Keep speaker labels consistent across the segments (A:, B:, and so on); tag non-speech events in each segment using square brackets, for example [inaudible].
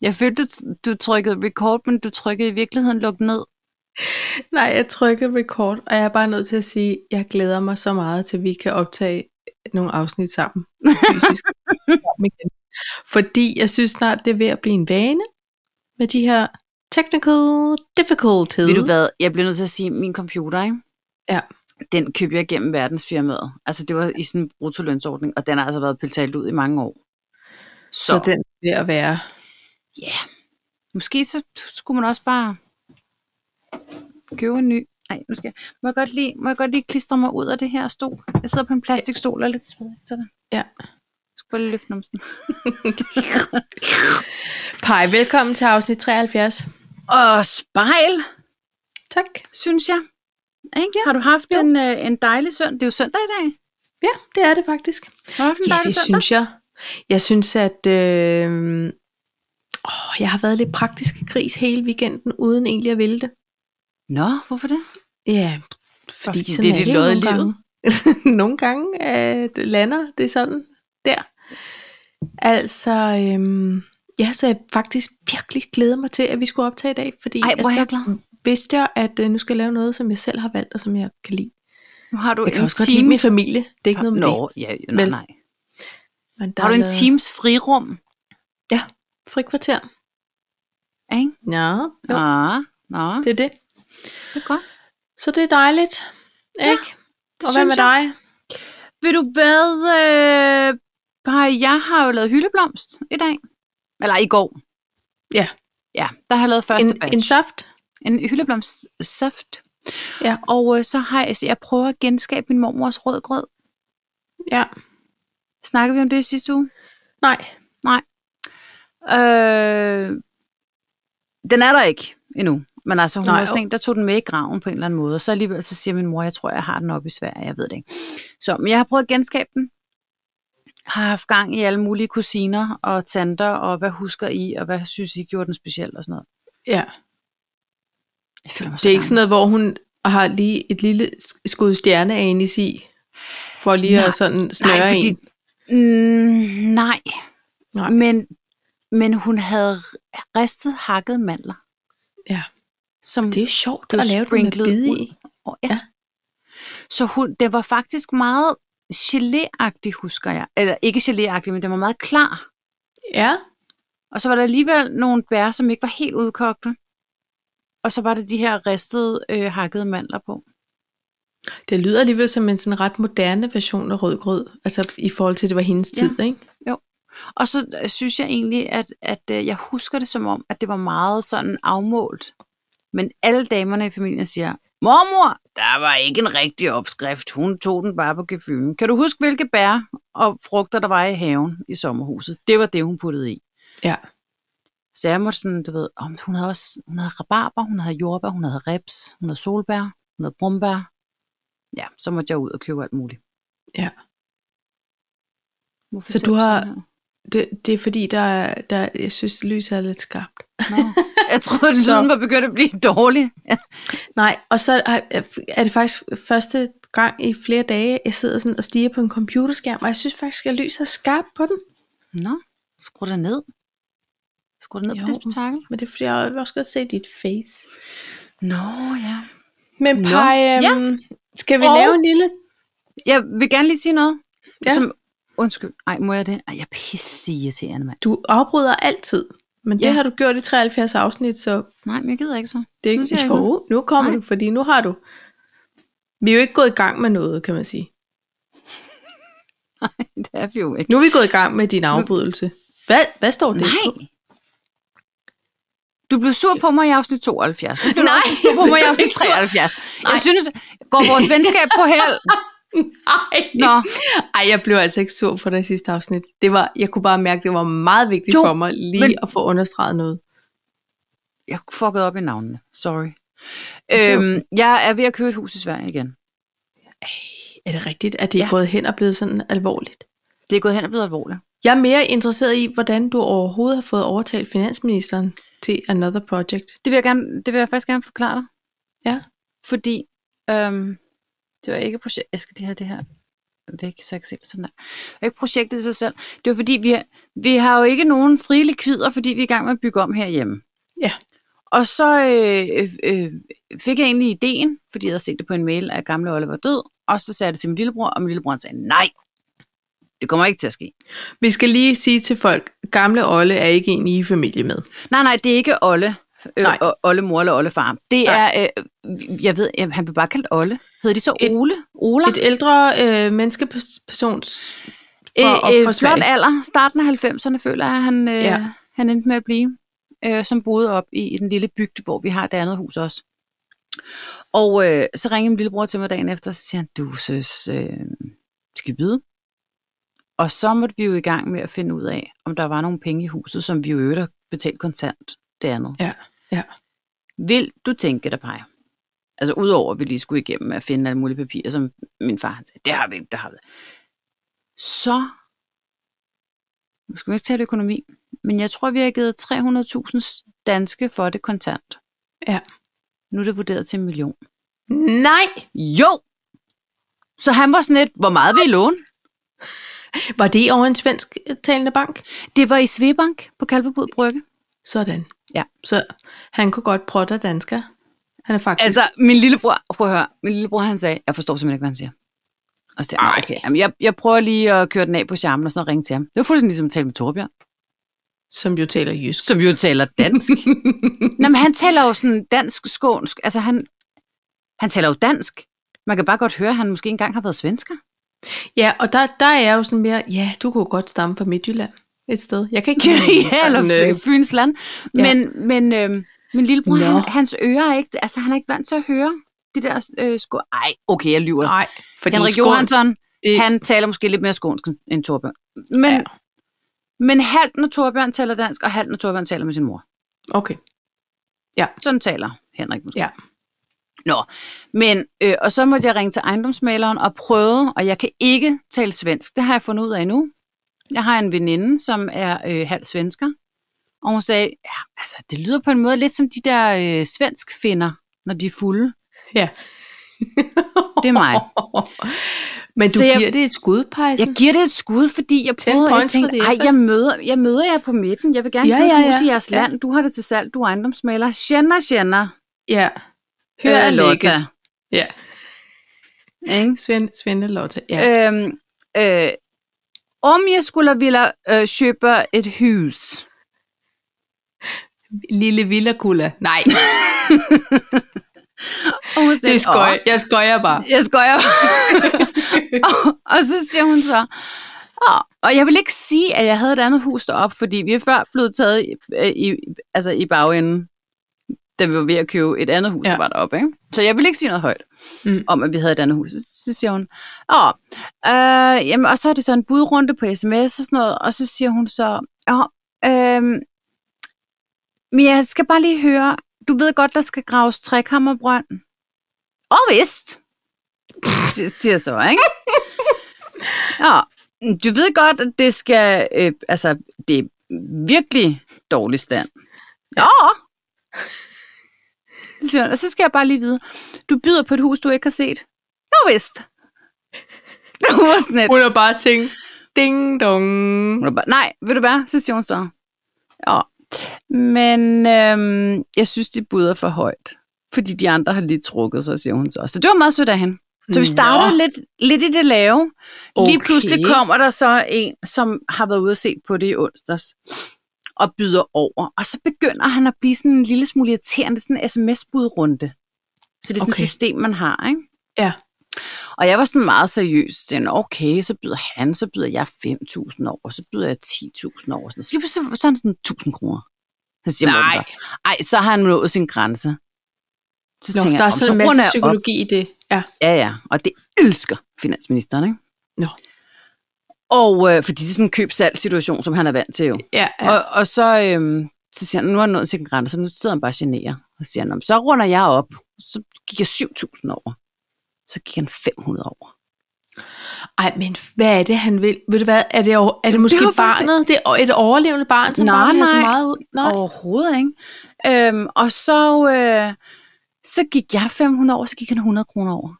A: Jeg følte, du trykkede record, men du trykkede i virkeligheden luk ned.
B: Nej, jeg trykkede record, og jeg er bare nødt til at sige, at jeg glæder mig så meget til, at vi kan optage nogle afsnit sammen.
A: [laughs]
B: Fysisk. Sammen igen. Fordi jeg synes snart, det er ved at blive en vane med de her technical difficulties.
A: Ved du hvad, jeg bliver nødt til at sige, at min computer, ikke?
B: Ja.
A: den købte jeg gennem verdensfirmaet. Altså det var i sådan en brutolønsordning, og den har altså været piltalt ud i mange år. Så,
B: Så den er ved at være.
A: Ja. Yeah. Måske så skulle man også bare købe en ny. Nej, nu skal jeg. Må jeg godt lige, må jeg godt lige klistre mig ud af det her stol? Jeg sidder på en plastikstol og er lidt svedig. Sådan.
B: Ja.
A: Jeg skal bare lige løfte numsen.
B: Pej, velkommen til afsnit 73.
A: Og spejl,
B: Tak.
A: synes jeg. Ikke? Har du haft en, øh, en dejlig søndag? Det er jo søndag i dag.
B: Ja, det er det faktisk.
A: Har du haft en
B: Ja,
A: dejlig
B: det
A: søndag?
B: synes jeg. Jeg synes, at øh, åh, jeg har været lidt praktisk gris hele weekenden, uden egentlig at ville det.
A: Nå, hvorfor det?
B: Ja,
A: fordi
B: fordi sådan
A: det er
B: er
A: dit
B: det jo
A: lod i
B: nogle gange.
A: livet.
B: nogle gange [laughs] øh, det lander det sådan der. Altså, øhm, ja, så jeg faktisk virkelig glæder mig til, at vi skulle optage i dag, fordi
A: Ej, hvor er
B: så
A: jeg glad.
B: vidste jeg, at øh, nu skal jeg lave noget, som jeg selv har valgt, og som jeg kan lide.
A: Nu har du
B: Jeg kan
A: en
B: også godt lide min
A: Teams-
B: familie. Det er ikke noget med
A: Nå,
B: det.
A: ja, jo, nej,
B: Vel.
A: nej.
B: Men der
A: Har du
B: er
A: en
B: lavet
A: Teams frirum?
B: Frikvarter.
A: Ikke?
B: Ja, jo,
A: Nå, nå,
B: det er det.
A: det er godt.
B: Så det er dejligt, ikke?
A: det
B: og hvad
A: synes
B: med
A: jeg.
B: dig?
A: Ved du hvad, øh, Paj, jeg har jo lavet hyldeblomst i dag. Eller i går.
B: Ja.
A: Ja, der har jeg lavet første
B: En,
A: batch.
B: en saft?
A: en hyldeblomstsaft.
B: Ja.
A: Og øh, så har jeg, så jeg prøver at genskabe min mormors rødgrød.
B: Ja.
A: Snakkede vi om det i sidste uge?
B: Nej.
A: Øh, den er der ikke endnu. Men altså, hun
B: Nej,
A: var sådan
B: okay.
A: en, der tog den med i graven på en eller anden måde. Og så alligevel så siger min mor, jeg tror, jeg har den oppe i Sverige, jeg ved det ikke. Så, men jeg har prøvet at genskabe den. Har haft gang i alle mulige kusiner og tanter, og hvad husker I, og hvad synes I gjorde den speciel og sådan noget.
B: Ja.
A: Jeg føler mig
B: Det
A: så
B: er ikke
A: gammel.
B: sådan noget, hvor hun har lige et lille sk- skud stjerne af en i sig, for lige
A: Nej,
B: at sådan snøre
A: nej, fordi-
B: en.
A: Mm, nej.
B: Nej.
A: Men, men hun havde ristet hakket mandler.
B: Ja.
A: Som
B: Det er sjovt
A: blev
B: at lave den med
A: sprinklet
B: bid
A: ud.
B: i.
A: Og ja.
B: Ja.
A: ja. Så hun, det var faktisk meget geléagtig, husker jeg. Eller ikke geléagtig, men det var meget klar.
B: Ja,
A: Og så var der alligevel nogle bær, som ikke var helt udkogte. Og så var der de her ristede, øh, hakkede mandler på.
B: det lyder alligevel som en sådan ret moderne version af rødgrød, altså i forhold til, det var hendes
A: Ja.
B: tid, ikke?
A: Og så øh, synes jeg egentlig, at, at øh, jeg husker det som om, at det var meget sådan afmålt. Men alle damerne i familien siger, mormor, der var ikke en rigtig opskrift. Hun tog den bare på gefylen. Kan du huske, hvilke bær og frugter, der var i haven i sommerhuset? Det var det, hun puttede i.
B: Ja.
A: Så jeg måtte sådan, du ved, om hun havde også, hun havde rabarber, hun havde jordbær, hun havde reps, hun havde solbær, hun havde brumbær. Ja, så måtte jeg ud og købe alt muligt.
B: Ja.
A: Hvorfor
B: Så
A: ser
B: du har-
A: sådan her?
B: Det, det er fordi, der, er- der, jeg synes, lyset er lidt skarpt.
A: Nå. [laughs] Jeg troede, lyden var begyndt at blive dårlig.
B: Nej, og så er- er det faktisk første gang i flere dage, jeg sidder sådan og stiger på en computerskærm, og jeg synes faktisk, at lyset er skarpt på den.
A: Nå, skru dig ned. Skru dig ned jo.
B: Jo.
A: på det spektakel.
B: Men det er fordi, jeg vil også godt se dit face.
A: Nå, ja.
B: Men
A: Nå.
B: Paj, øhm,
A: Ja.
B: skal vi
A: Og-
B: lave en lille...
A: Jeg vil gerne lige sige noget.
B: Ja.
A: Ja. Som, undskyld, ej, må jeg det? Ej, jeg er pisse irriterende, mand.
B: Du afbryder altid, men det
A: Ja.
B: har du gjort i 73 afsnit, så
A: Nej, men jeg gider ikke så.
B: det er
A: Nu siger
B: ikke...
A: jeg
B: Jo, nu kommer
A: Nej.
B: du, fordi nu har du... Vi er jo ikke gået i gang med noget, kan man sige.
A: [laughs] Det er vi jo ikke.
B: Nu er vi gået i gang med din afbrydelse. Hvad, hvad står det
A: Nej.
B: på?
A: Du blev sur på mig i afsnit 72. Du blev
B: Nej,
A: også sur på mig i
B: jeg blev
A: afsnit
B: ikke sur.
A: 73. Nej.
B: Nej.
A: Jeg synes, går [laughs] vores venskab på held?
B: [laughs] Nej.
A: Nå,
B: Ej, jeg blev altså ikke sur på det sidste afsnit. Det var, jeg kunne bare mærke, det var meget vigtigt
A: Jo,
B: for mig lige
A: men-
B: at få understreget noget.
A: jeg fuckede op i navnene. Sorry.
B: er
A: Øhm, jeg er ved at købe et hus i Sverige igen.
B: Er det rigtigt, at det er
A: Ja.
B: gået hen og blevet sådan alvorligt?
A: Det er gået hen og blevet alvorligt.
B: Jeg er mere interesseret i, hvordan du overhovedet har fået overtalt finansministeren til Another Project.
A: Det vil jeg, gerne, det vil jeg faktisk gerne forklare dig.
B: Ja.
A: Fordi øhm, det var ikke projekt. Jeg skal lige have det her væk, så jeg kan se det sådan der. Og ikke projektet i sig selv. Det er fordi, vi har, vi har jo ikke nogen frie likvider, fordi vi er i gang med at bygge om herhjemme.
B: Ja.
A: Og så øh, øh, fik jeg egentlig ideen, fordi jeg havde set det på en mail, at gamle Oliver var død, og så sagde jeg det til min lillebror, og min lillebror han sagde, nej, det kommer ikke til at ske.
B: Vi skal lige sige til folk, gamle Olle er ikke en, I er familie med.
A: Nej, nej, det er ikke Olle. Øh,
B: Nej.
A: og Olle mor eller Olle far. Det
B: Nej.
A: er, øh, jeg ved, øh, han blev bare kaldt Olle. Hed de så
B: Et-
A: Ole? Ola?
B: Et ældre øh, menneskepersons for,
A: øh,
B: øh,
A: øh, flot alder, starten af 90'erne, føler jeg, han, øh,
B: Ja.
A: ja. han endte med at blive, øh, som boede op i, i den lille bygd, hvor vi har det andet hus også. Og øh, så ringede min lillebror til mig dagen efter, og så siger han, du søs, øh, skal vi byde? Og så måtte vi jo i gang med at finde ud af, om der var nogle penge i huset, som vi jo i øvrigt har betalt kontant, det andet.
B: Ja, ja.
A: Vil du tænke dig, Paj? Altså udover, at vi lige skulle igennem med at finde alle mulige papirer, som min far han sagde, det har vi ikke, det har vi. Så nu skal vi ikke tale økonomi, men jeg tror, vi har givet 300.000 danske for det kontant.
B: Ja.
A: Nu er det vurderet til en million.
B: Nej!
A: Jo! Så han var sådan lidt, hvor meget vil I låne?
B: Var det over en svensk øh, talende bank?
A: Det var i Svebank på Kalvebod Brygge.
B: Sådan.
A: Ja.
B: Så han kunne godt protte af dansker. Han er faktisk...
A: Altså, min lillebror, prøv at høre, min lillebror han sagde, jeg forstår simpelthen ikke, hvad han siger. Og så sagde jeg, "Nå,
B: Ej.
A: okay, jamen, jeg, jeg prøver lige at køre den af på charmen og sådan noget, og ringe til ham. Det var fuldstændig ligesom at tale med Torbjørn, Altså-
B: som jo taler jysk. [laughs]
A: som jo taler [laughs] dansk. Nå, men han taler jo sådan dansk skånsk. Altså, han, han taler jo dansk. Man kan bare godt høre, at han måske engang har været svensker.
B: Ja, og der, der er jeg jo sådan mere, ja, du kunne jo godt stamme fra Midtjylland et sted.
A: [laughs]
B: Jeg kan ikke
A: ja, eller
B: sådan, øh,
A: Fy- Fyns land.
B: ja.
A: Men, men øh, min lillebror,
B: Nå.
A: han, hans ører er ikke, altså han er ikke vant til at høre det der øh, sko... Ej, okay, jeg lyver.
B: Nej, fordi
A: Henrik
B: skånsk,
A: Johansson,
B: det-
A: det... han taler måske lidt mere skånsk end Torbjørn. Men,
B: Ja.
A: ja. men halvt når Torbjørn taler dansk, og halvt når Torbjørn taler med sin mor.
B: Okay.
A: Sådan taler Henrik måske.
B: Ja.
A: Nå, men, øh, og så måtte jeg ringe til ejendomsmaleren og prøve, og jeg kan ikke tale svensk. Det har jeg fundet ud af nu. Jeg har en veninde, som er øh, halv svensker, og hun sagde, ja, altså, det lyder på en måde lidt som de der øh, svensk finder, når de er fulde.
B: Ja. [laughs]
A: Det er mig.
B: Men du
A: Så jeg-
B: giver det et skud, Pejsen.
A: Jeg giver det et skud, fordi jeg
B: Ten
A: prøvede, og jeg
B: points for
A: tænkte,
B: the
A: ej,
B: effort."
A: jeg møder, jeg møder jer på midten. Jeg vil gerne
B: Ja,
A: ja, købe
B: ja,
A: ja, hus
B: ja.
A: i jeres
B: Ja.
A: land. Du har det til salg, du er ejendomsmaler. Tjener, tjener.
B: Ja. Hør øh, Lotte. Ja. Svend, Svende Lotte. Ja. Øh.
A: Øhm, øh, om jeg skulle ville øh, købe et hus.
B: Lille Villakulla.
A: [laughs]
B: Nej,
A: Og hun
B: det
A: sagde,
B: er skøj.
A: "Åh,
B: Jeg skøjer bare.
A: Jeg skøjer. [laughs] og, og så siger hun så, "Åh," og jeg vil ikke sige, at jeg havde et andet hus deroppe, fordi vi er før blevet taget i, øh, i, altså i bagenden, da vi var ved at købe et andet hus,
B: Ja.
A: ja. der var deroppe. Ikke? Så jeg vil ikke sige noget højt
B: Mm.
A: mm. om, at vi havde et andet hus. Så- Så siger hun, Åh, øh, jamen, og så er det så en budrunde på sms og sådan noget, og så siger hun så, Åh, øh, men jeg skal bare lige høre, du ved godt, der skal graves trækammerbrønd. Og vist, si- siger jeg så, ikke? Ja, du ved godt, at det skal, øh, altså, det er virkelig dårlig stand. Ja. Så siger hun, Og så skal jeg bare lige vide, du byder på et hus, du ikke har set. Jo vist. [laughs] Hun var sådan lidt,
B: Hun har bare tænkt, ding dong.
A: hun var bare, nej, ved du hvad? Så siger hun så, ja, men øhm, jeg synes, de buder for højt. Fordi de andre har lige trukket sig, siger hun så. Så det var meget sødt af hende. Så vi startede
B: Nå.
A: lidt, lidt i det lave. Okay. Lige
B: Okay.
A: pludselig kommer der så en, som har været ude og se på det i onsdags, og byder over. Og så begynder han at blive sådan en lille smule irriterende, sådan en sms-budrunde. Så det er sådan
B: Okay.
A: et system, man har, ikke?
B: Ja.
A: Og jeg var sådan meget seriøs. Så tænkte, jeg, okay, så byder han, så byder jeg 5.000 over, så byder jeg 10.000 over. Sådan. Så lige pludselig var han sådan 1.000 kroner. Så siger
B: Nej.
A: Nej. Ej, så har han nået sin grænse. Så
B: Nå,
A: tænker jeg,
B: der er
A: "Om,
B: sådan en
A: runder
B: masse
A: jeg op."
B: psykologi i det. Ja.
A: Ja, ja, og det elsker finansministeren, ikke?
B: Nå.
A: Og øh, fordi det er sådan en køb-salg-situation, som han er vant til jo.
B: Ja, ja.
A: Ja. Og, og så, øh, så siger han, nu har han nået til en grænse, så nu sidder han bare og generer. Og siger han, "Nå, men så runder jeg op. Så gik jeg 7.000 over. Så gik han 500 over.
B: Ej, men hvad er det, han vil? Ved du hvad, er det, over- er det måske
A: Det var
B: det
A: faktisk-
B: barnet? Det er et overlevende barn, som
A: Nej,
B: bare vil have så
A: nej.
B: meget ud? Nej, oh.
A: Overhovedet, ikke? Øhm, og så, øh, så gik jeg 500 over, så gik han 100 kroner over.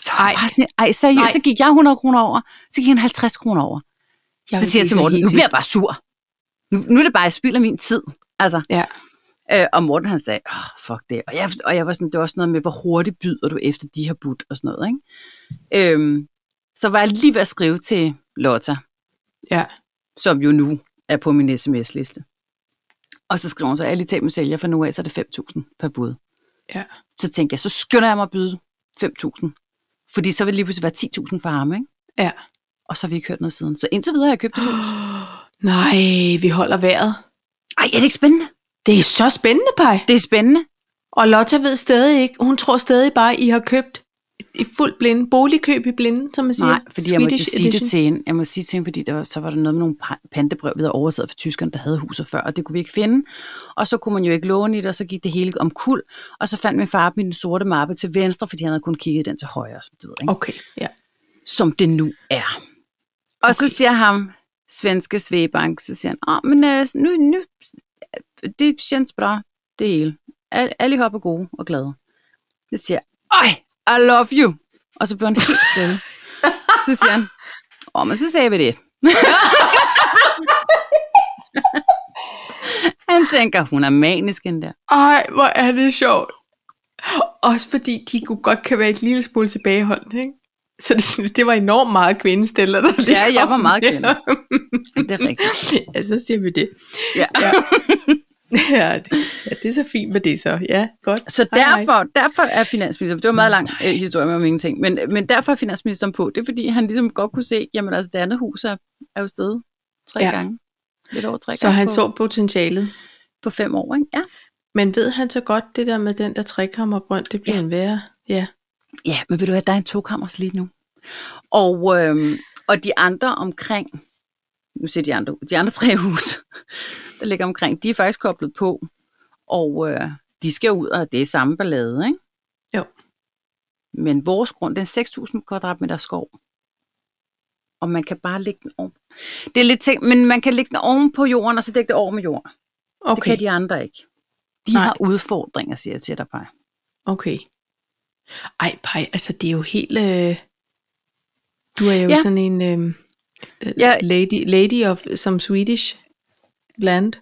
A: Så var jeg bare sådan, ej, seriøst,
B: Nej.
A: så gik jeg 100 kroner over, så gik han 50 kroner over.
B: Jeg
A: så
B: vil
A: siger jeg
B: blive
A: til Morten, nu
B: hisig.
A: bliver jeg bare sur. Nu, nu er det bare, jeg spilder min tid. Altså,
B: Ja.
A: øh, og Morten han sagde, oh, fuck det. Og jeg, og jeg var sådan, det var også noget med, hvor hurtigt byder du efter de her budt og sådan noget. Ikke? Øhm, så var jeg lige ved at skrive til Lotta,
B: Ja.
A: som jo nu er på min sms-liste. Og så skriver hun så, jeg har lige talt med sælger, for nu af så er det 5.000 per bud.
B: Ja.
A: Så tænkte jeg, så skynder jeg mig at byde 5.000. Fordi så vil det lige pludselig være 10.000 for ham, ikke?
B: Ja.
A: Og så har vi ikke hørt noget siden. Så indtil videre har jeg købt et hus.
B: Nej, vi holder vejret.
A: Ej, er det ikke spændende?
B: Det er så spændende, Paj.
A: Det er spændende.
B: Og Lotta ved stadig ikke, hun tror stadig bare, I har købt i fuld blinde, boligkøb i blinde, som man siger.
A: Nej, fordi jeg måtte jo
B: Swedish
A: sige det
B: edition.
A: til hende. Jeg må sige til hende, fordi der var, så var der noget med nogle pa- pantebrev, vi havde oversat for tyskerne, der havde huset før, og det kunne vi ikke finde. Og så kunne man jo ikke låne i det, og så gik det hele om kul. Og så fandt min far min sorte mappe til venstre, fordi han havde kun kigget i den til højre, som, du ved, ikke?
B: Okay, ja.
A: som det nu er. Og så siger ham, svenske Svebank, så siger han, åh, men øh, nu, nu, det känns bra, det hele. Al- Alle hopper gode og glade. Så siger jeg, Øj, I love you. Og så blev han helt stille. så siger han, åh, men så sagde vi [laughs] det. han tænker, hun er manisk den der.
B: Ej, hvor er det sjovt. Også fordi de kunne godt kan være et lille smule tilbageholdt, ikke? Så det, sådan- det [laughs] var enormt meget kvindestiller, der lige
A: Ja, jeg
B: kom
A: var meget
B: der.
A: kvinde. Det er rigtigt.
B: [laughs] ja, så siger vi det.
A: Ja.
B: Ja. [laughs] ja, det, ja, det er så fint med det så. Ja, godt.
A: Så
B: Hej, hej.
A: derfor, derfor er finansministeren, det var en meget lang øh, historie om ingenting, men, men derfor er finansministeren på, det er fordi han ligesom godt kunne se, jamen altså det andet hus er, er jo stedet tre
B: Ja.
A: ja. gange, lidt over tre
B: Så
A: gange
B: han
A: på,
B: så potentialet.
A: på fem år, ikke? Ja.
B: Men ved han så godt det der med den der trekammerbrønd, det bliver ja. en værre? Ja.
A: ja, men ved du hvad, der er en tokammers lige nu. Og, øhm, og de andre omkring, nu ser de andre, de andre tre [laughs] hus, der ligger omkring, de er faktisk koblet på, og øh, de skal ud, og det er samme ballade, ikke?
B: Jo.
A: Men vores grund, den er 6.000 kvadratmeter skov. Og man kan bare lægge den oven. Det er lidt ting, men man kan lægge den oven på jorden, og så dække det over med jord. Okay. Det
B: Okay.
A: kan de andre ikke. De
B: Nej.
A: Nej. har udfordringer, siger jeg til dig, bare.
B: Okay. Ej, pej, altså det er jo helt... Øh... Du er jo ja.
A: Ja.
B: sådan en øh... ja.
A: Ja.
B: lady, lady of som Swedish land.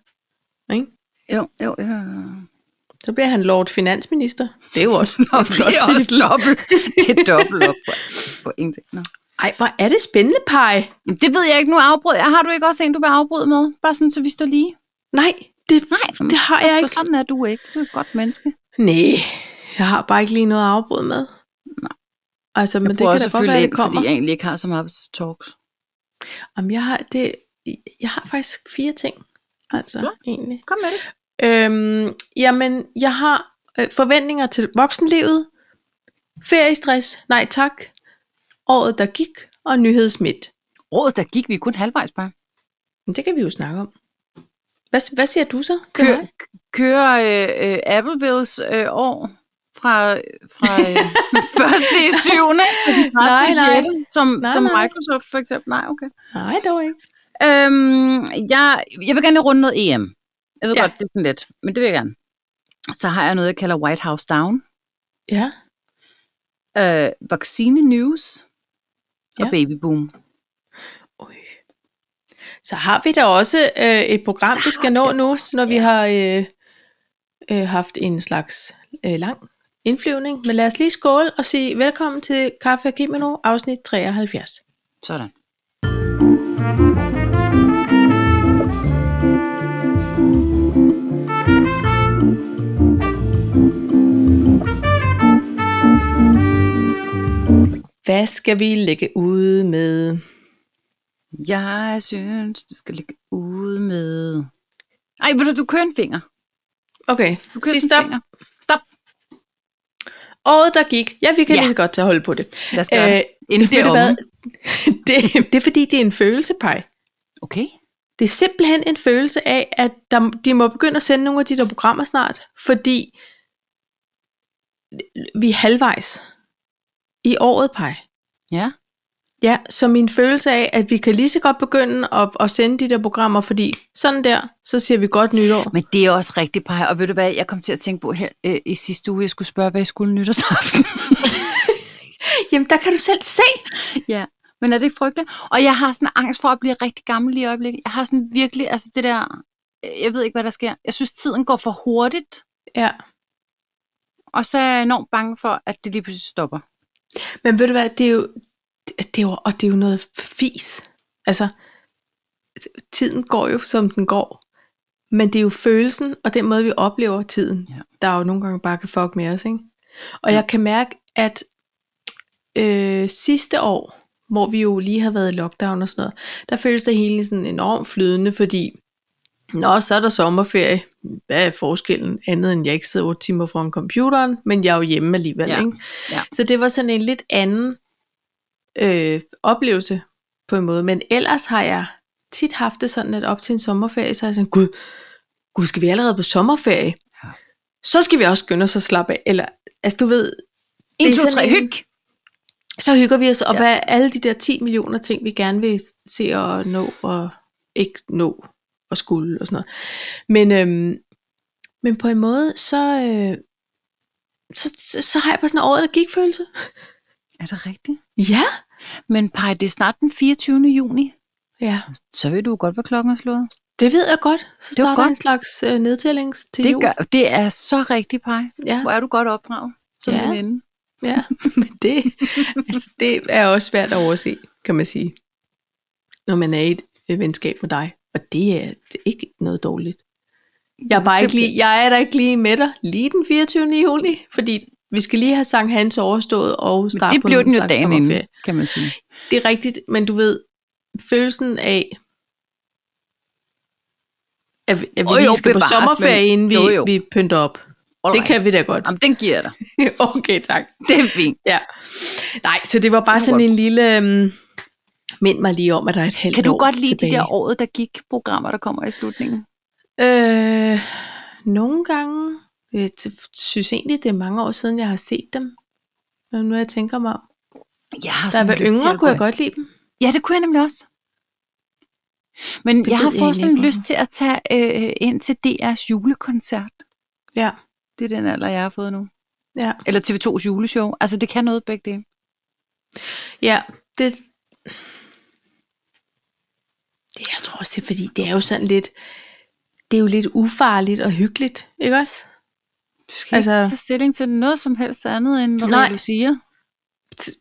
B: Ikke?
A: Jo, jo, jo. jo.
B: Så bliver han lord finansminister. Det er jo
A: [laughs]
B: også
A: Nå,
B: en flot
A: det er også
B: titel.
A: dobbelt. [laughs] Det er dobbelt op på, på ingenting. Nå.
B: Ej, hvor er det spændende, pej.
A: Jamen, Det ved jeg ikke, nu afbrød jeg. Har du ikke også en, du vil afbryde med? Bare sådan, så vi står lige.
B: Nej, det, Nej, det har
A: så,
B: jeg
A: Så
B: ikke.
A: sådan er du ikke. Du er et godt menneske.
B: Nej, jeg har bare ikke lige noget at afbryde med. Nej. Altså, men det kan da godt være, det kommer.
A: fordi jeg egentlig ikke har så meget talks.
B: Jamen, jeg har, det, jeg har faktisk fire ting, altså
A: Flot.
B: egentlig.
A: Kom med det.
B: Øhm, jamen, jeg har øh, forventninger til voksenlivet, feriestress, nej tak, året der gik og nyhedsmidt.
A: Rådet, der gik vi kun halvvejs bare.
B: Men det kan vi jo snakke om. Hvad, hvad siger du så? til
A: Kør,
B: mig?
A: kører øh, øh, Applevilles øh, år fra, fra [laughs] øh, første i syvende, nej,
B: nej.
A: nej. som,
B: Nej,
A: nej, som
B: nej.
A: Microsoft for eksempel. Nej, okay.
B: Nej, dog ikke.
A: Øhm, jeg, jeg vil gerne lige runde noget EM. Jeg ved
B: Ja.
A: ja. godt, det er sådan lidt, men det vil jeg gerne. Så har jeg noget, jeg kalder White House Down.
B: Ja,
A: Øh, vaccine News ja.
B: Ja.
A: og Baby Boom.
B: så har vi da også øh, et program,
A: Så
B: vi skal
A: har vi da
B: nå nu,
A: også,
B: når vi
A: ja.
B: har øh, øh, haft en slags øh, lang indflyvning. Men lad os lige skåle og sige velkommen til Kaffe og Kimono, afsnit 73.
A: Sådan.
B: Hvad skal vi lægge ude med?
A: Jeg synes, du skal ligge ude med... Ej, ved du, du kører en finger.
B: Okay,
A: Du kører sådan
B: sig
A: en
B: stop.
A: finger. Stop.
B: Året, der gik. Ja, vi kan ja.
A: Ja.
B: lige så godt tage at holde på det.
A: Lad os gøre øh, det. Inden det
B: ved
A: er
B: du
A: omme.
B: hvad? [laughs] det, det er fordi, det er en følelsepej.
A: Okay.
B: Det er simpelthen en følelse af, at der, de må begynde at sende nogle af de der programmer snart, fordi vi er halvvejs i året, pej.
A: Ja.
B: Ja, så min følelse af, at vi kan lige så godt begynde at, at sende de der programmer, fordi sådan der, så siger vi godt nytår.
A: Men det er også rigtig pej. Og ved du hvad, jeg kom til at tænke på her øh, i sidste uge, jeg skulle spørge, hvad jeg skulle nytårsaften.
B: Jamen, der kan du selv se.
A: Men er det ikke frygteligt? Og jeg har sådan angst for at blive rigtig gammel lige i øjeblikket. Jeg har sådan virkelig, altså det der, øh, jeg ved ikke, hvad der sker. Jeg synes, tiden går for hurtigt,
B: Ja.
A: og så er jeg enormt bange for, at det lige pludselig stopper.
B: Men ved du hvad, det er jo, det, det er jo, og det er jo noget fis. Altså, tiden går jo, som den går. Men det er jo følelsen, og den måde, vi oplever tiden,
A: Ja.
B: der jo nogle gange bare kan fuck med os. Ikke? Og
A: Ja.
B: jeg kan mærke, at øh, sidste år, hvor vi jo lige har været i lockdown og sådan noget, der føles det hele sådan enormt flydende, fordi Nå, så er der sommerferie. Hvad er forskellen? Andet end jeg ikke sidder 8 timer foran computeren, men jeg er jo hjemme alligevel.
A: Ja.
B: Ikke?
A: Ja.
B: Så det var sådan en lidt anden øh, oplevelse på en måde. Men ellers har jeg tit haft det sådan, at op til en sommerferie, så er jeg sådan, gud, gud skal vi allerede på sommerferie?
A: Ja.
B: Så skal vi også skynde os at slappe af. Eller, altså du ved,
A: 1,
B: er
A: 2,
B: sådan
A: 3,
B: en-
A: hyg!
B: så hygger vi os, og
A: Ja.
B: ja. hvad er alle de der 10 millioner ting, vi gerne vil se og nå, og ikke nå, og skulle, og sådan noget. Men, øhm, men på en måde, så, øh, så, så, så har jeg bare sådan en året, der gik følelse.
A: Er det rigtigt?
B: Ja.
A: Men Paj, det er snart den 24. juni.
B: Ja,
A: Så ved du godt, hvad klokken er slået.
B: det ved jeg godt. Så
A: Det var
B: starter
A: godt.
B: en slags øh, nedtælling til
A: Det,
B: jul.
A: gør, det er så rigtigt, Paj.
B: Ja,
A: Hvor er du godt opdraget som
B: Ja.
A: veninde.
B: ja. [laughs] men det, altså, det er også svært at overse, kan man sige. Når man er i et øh, venskab med dig. Og det er, det er ikke noget dårligt. Jeg er, bare ikke lige, jeg er der ikke lige med dig lige den 24. juli, fordi vi skal lige have Sankt Hans overstået og
A: Men
B: starte
A: det
B: på
A: blev
B: nogle
A: den jo
B: slags
A: dagen
B: sommerferie.
A: inden, kan man sige.
B: Det er rigtigt, men du ved, følelsen af, at, vi- at vi
A: Åh,
B: oh,
A: jo,
B: lige skal
A: bevares,
B: på sommerferie,
A: men-
B: inden vi,
A: jo, jo.
B: vi pynter op. Det kan vi da godt.
A: Jamen, den giver jeg dig.
B: [laughs] okay, tak.
A: [laughs] Det er fint.
B: Ja. Nej, så det var bare
A: Det må
B: sådan
A: godt.
B: en lille... Um, mind mig lige om, at der er et halvt
A: Kan du
B: år
A: godt lide
B: tilbage.
A: de der året, der gik programmer, der kommer i slutningen?
B: Øh, nogle gange. Jeg t- synes egentlig, det er mange år siden, jeg har set dem. Når nu jeg tænker mig om.
A: Jeg har
B: Da jeg
A: sådan
B: var
A: lyst til
B: yngre,
A: at
B: kunne
A: gå
B: jeg godt lide dem.
A: Ja, det kunne jeg nemlig også. Men
B: Det
A: jeg
B: ved
A: har
B: jeg
A: fået
B: egentlig
A: sådan
B: ikke,
A: lyst til at tage øh, ind til DR's julekoncert.
B: Ja.
A: Det er den alder, jeg har fået nu.
B: Ja,
A: Eller TV2's juleshow. Altså, det kan noget begge dele.
B: ja det, det... Jeg tror også, det er fordi, det er jo sådan lidt... Det er jo lidt ufarligt og hyggeligt, ikke også?
A: Du skal altså,
B: Altså-
A: ikke tage stilling til noget som helst andet, end hvad
B: Nej.
A: du siger.
B: Og,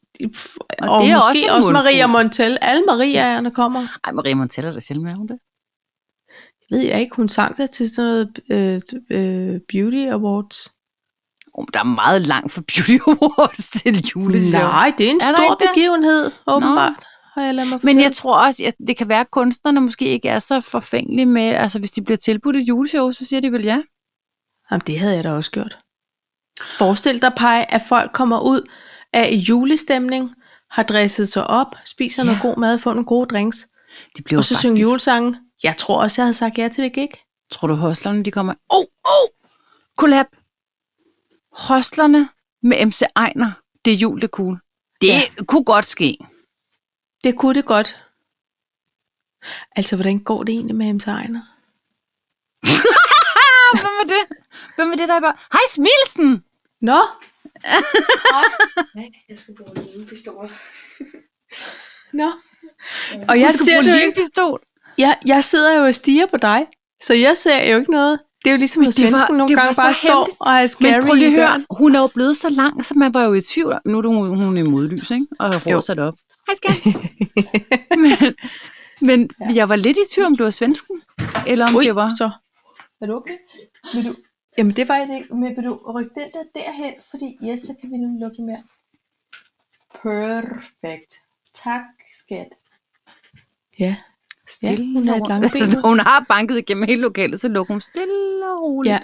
B: og det er måske også,
A: en
B: også
A: mundfuld.
B: Maria Montel. Alle Mariaerne kommer.
A: Ej, Maria Montella er da selv med, er hun det?
B: Jeg ved jeg ikke, hun sang der til sådan noget øh, øh, Beauty Awards.
A: Oh, der er meget langt fra Beauty [laughs] Awards til juleshow.
B: Nej, det er en
A: Er der
B: stor
A: ikke det?
B: begivenhed, åbenbart. Har jeg ladet mig
A: Men
B: fortælle.
A: jeg tror også, at det kan være, at kunstnerne måske ikke er så forfængelige med, altså hvis de bliver tilbudt et juleshow, så siger de vel ja.
B: Jamen, det havde jeg da også gjort. Forestil dig, Paj, at folk kommer ud af en julestemning, har dresset sig op, spiser
A: Ja.
B: noget god mad, får nogle gode drinks,
A: Det bliver
B: og så synger julesange. Jeg tror også, jeg havde sagt ja til det gik.
A: Tror du, hoslerne de kommer? Oh, oh! Kollab! Hoslerne med MC Ejner. Det er jul, det er cool. Det ja.
B: Ja.
A: kunne godt ske.
B: Det kunne det godt. Altså, hvordan går det egentlig med MC Ejner?
A: Ah, hvem er det? Hvem er det, der er bare... Hej, Smilsen!
B: Nå! [laughs] jeg skal bruge limpistoler. Nå. Og jeg ser det jo ikke.
A: pistol.
B: Jeg, jeg sidder jo og stiger på dig, så jeg ser jo ikke noget. Det er jo ligesom, at
A: det var-
B: svensken var, nogle
A: det var
B: gange
A: så
B: bare står
A: heldigt.
B: og er
A: Men prøv
B: scary
A: lige
B: i
A: at
B: døren.
A: høre, hun er jo blevet så lang, så man var jo i tvivl. om- Nu er du, hun er modlys, ikke? Og har
B: Jo.
A: sat op. Hej, skat. [laughs] men, men ja. jeg var lidt i tvivl, om du var svensken. Eller om Ui, det var...
B: Så. Er du okay? Vil du... Jamen det var det ikke, men vil du rykke den der derhen, fordi yes, så kan vi nu lukke mere. Perfekt. Tak, skat. Ja.
A: Stille
B: hun er et
A: og- [laughs]
B: langbenet.
A: hun har banket igennem hele lokalet, så lukker hun stille og roligt.
B: Ja.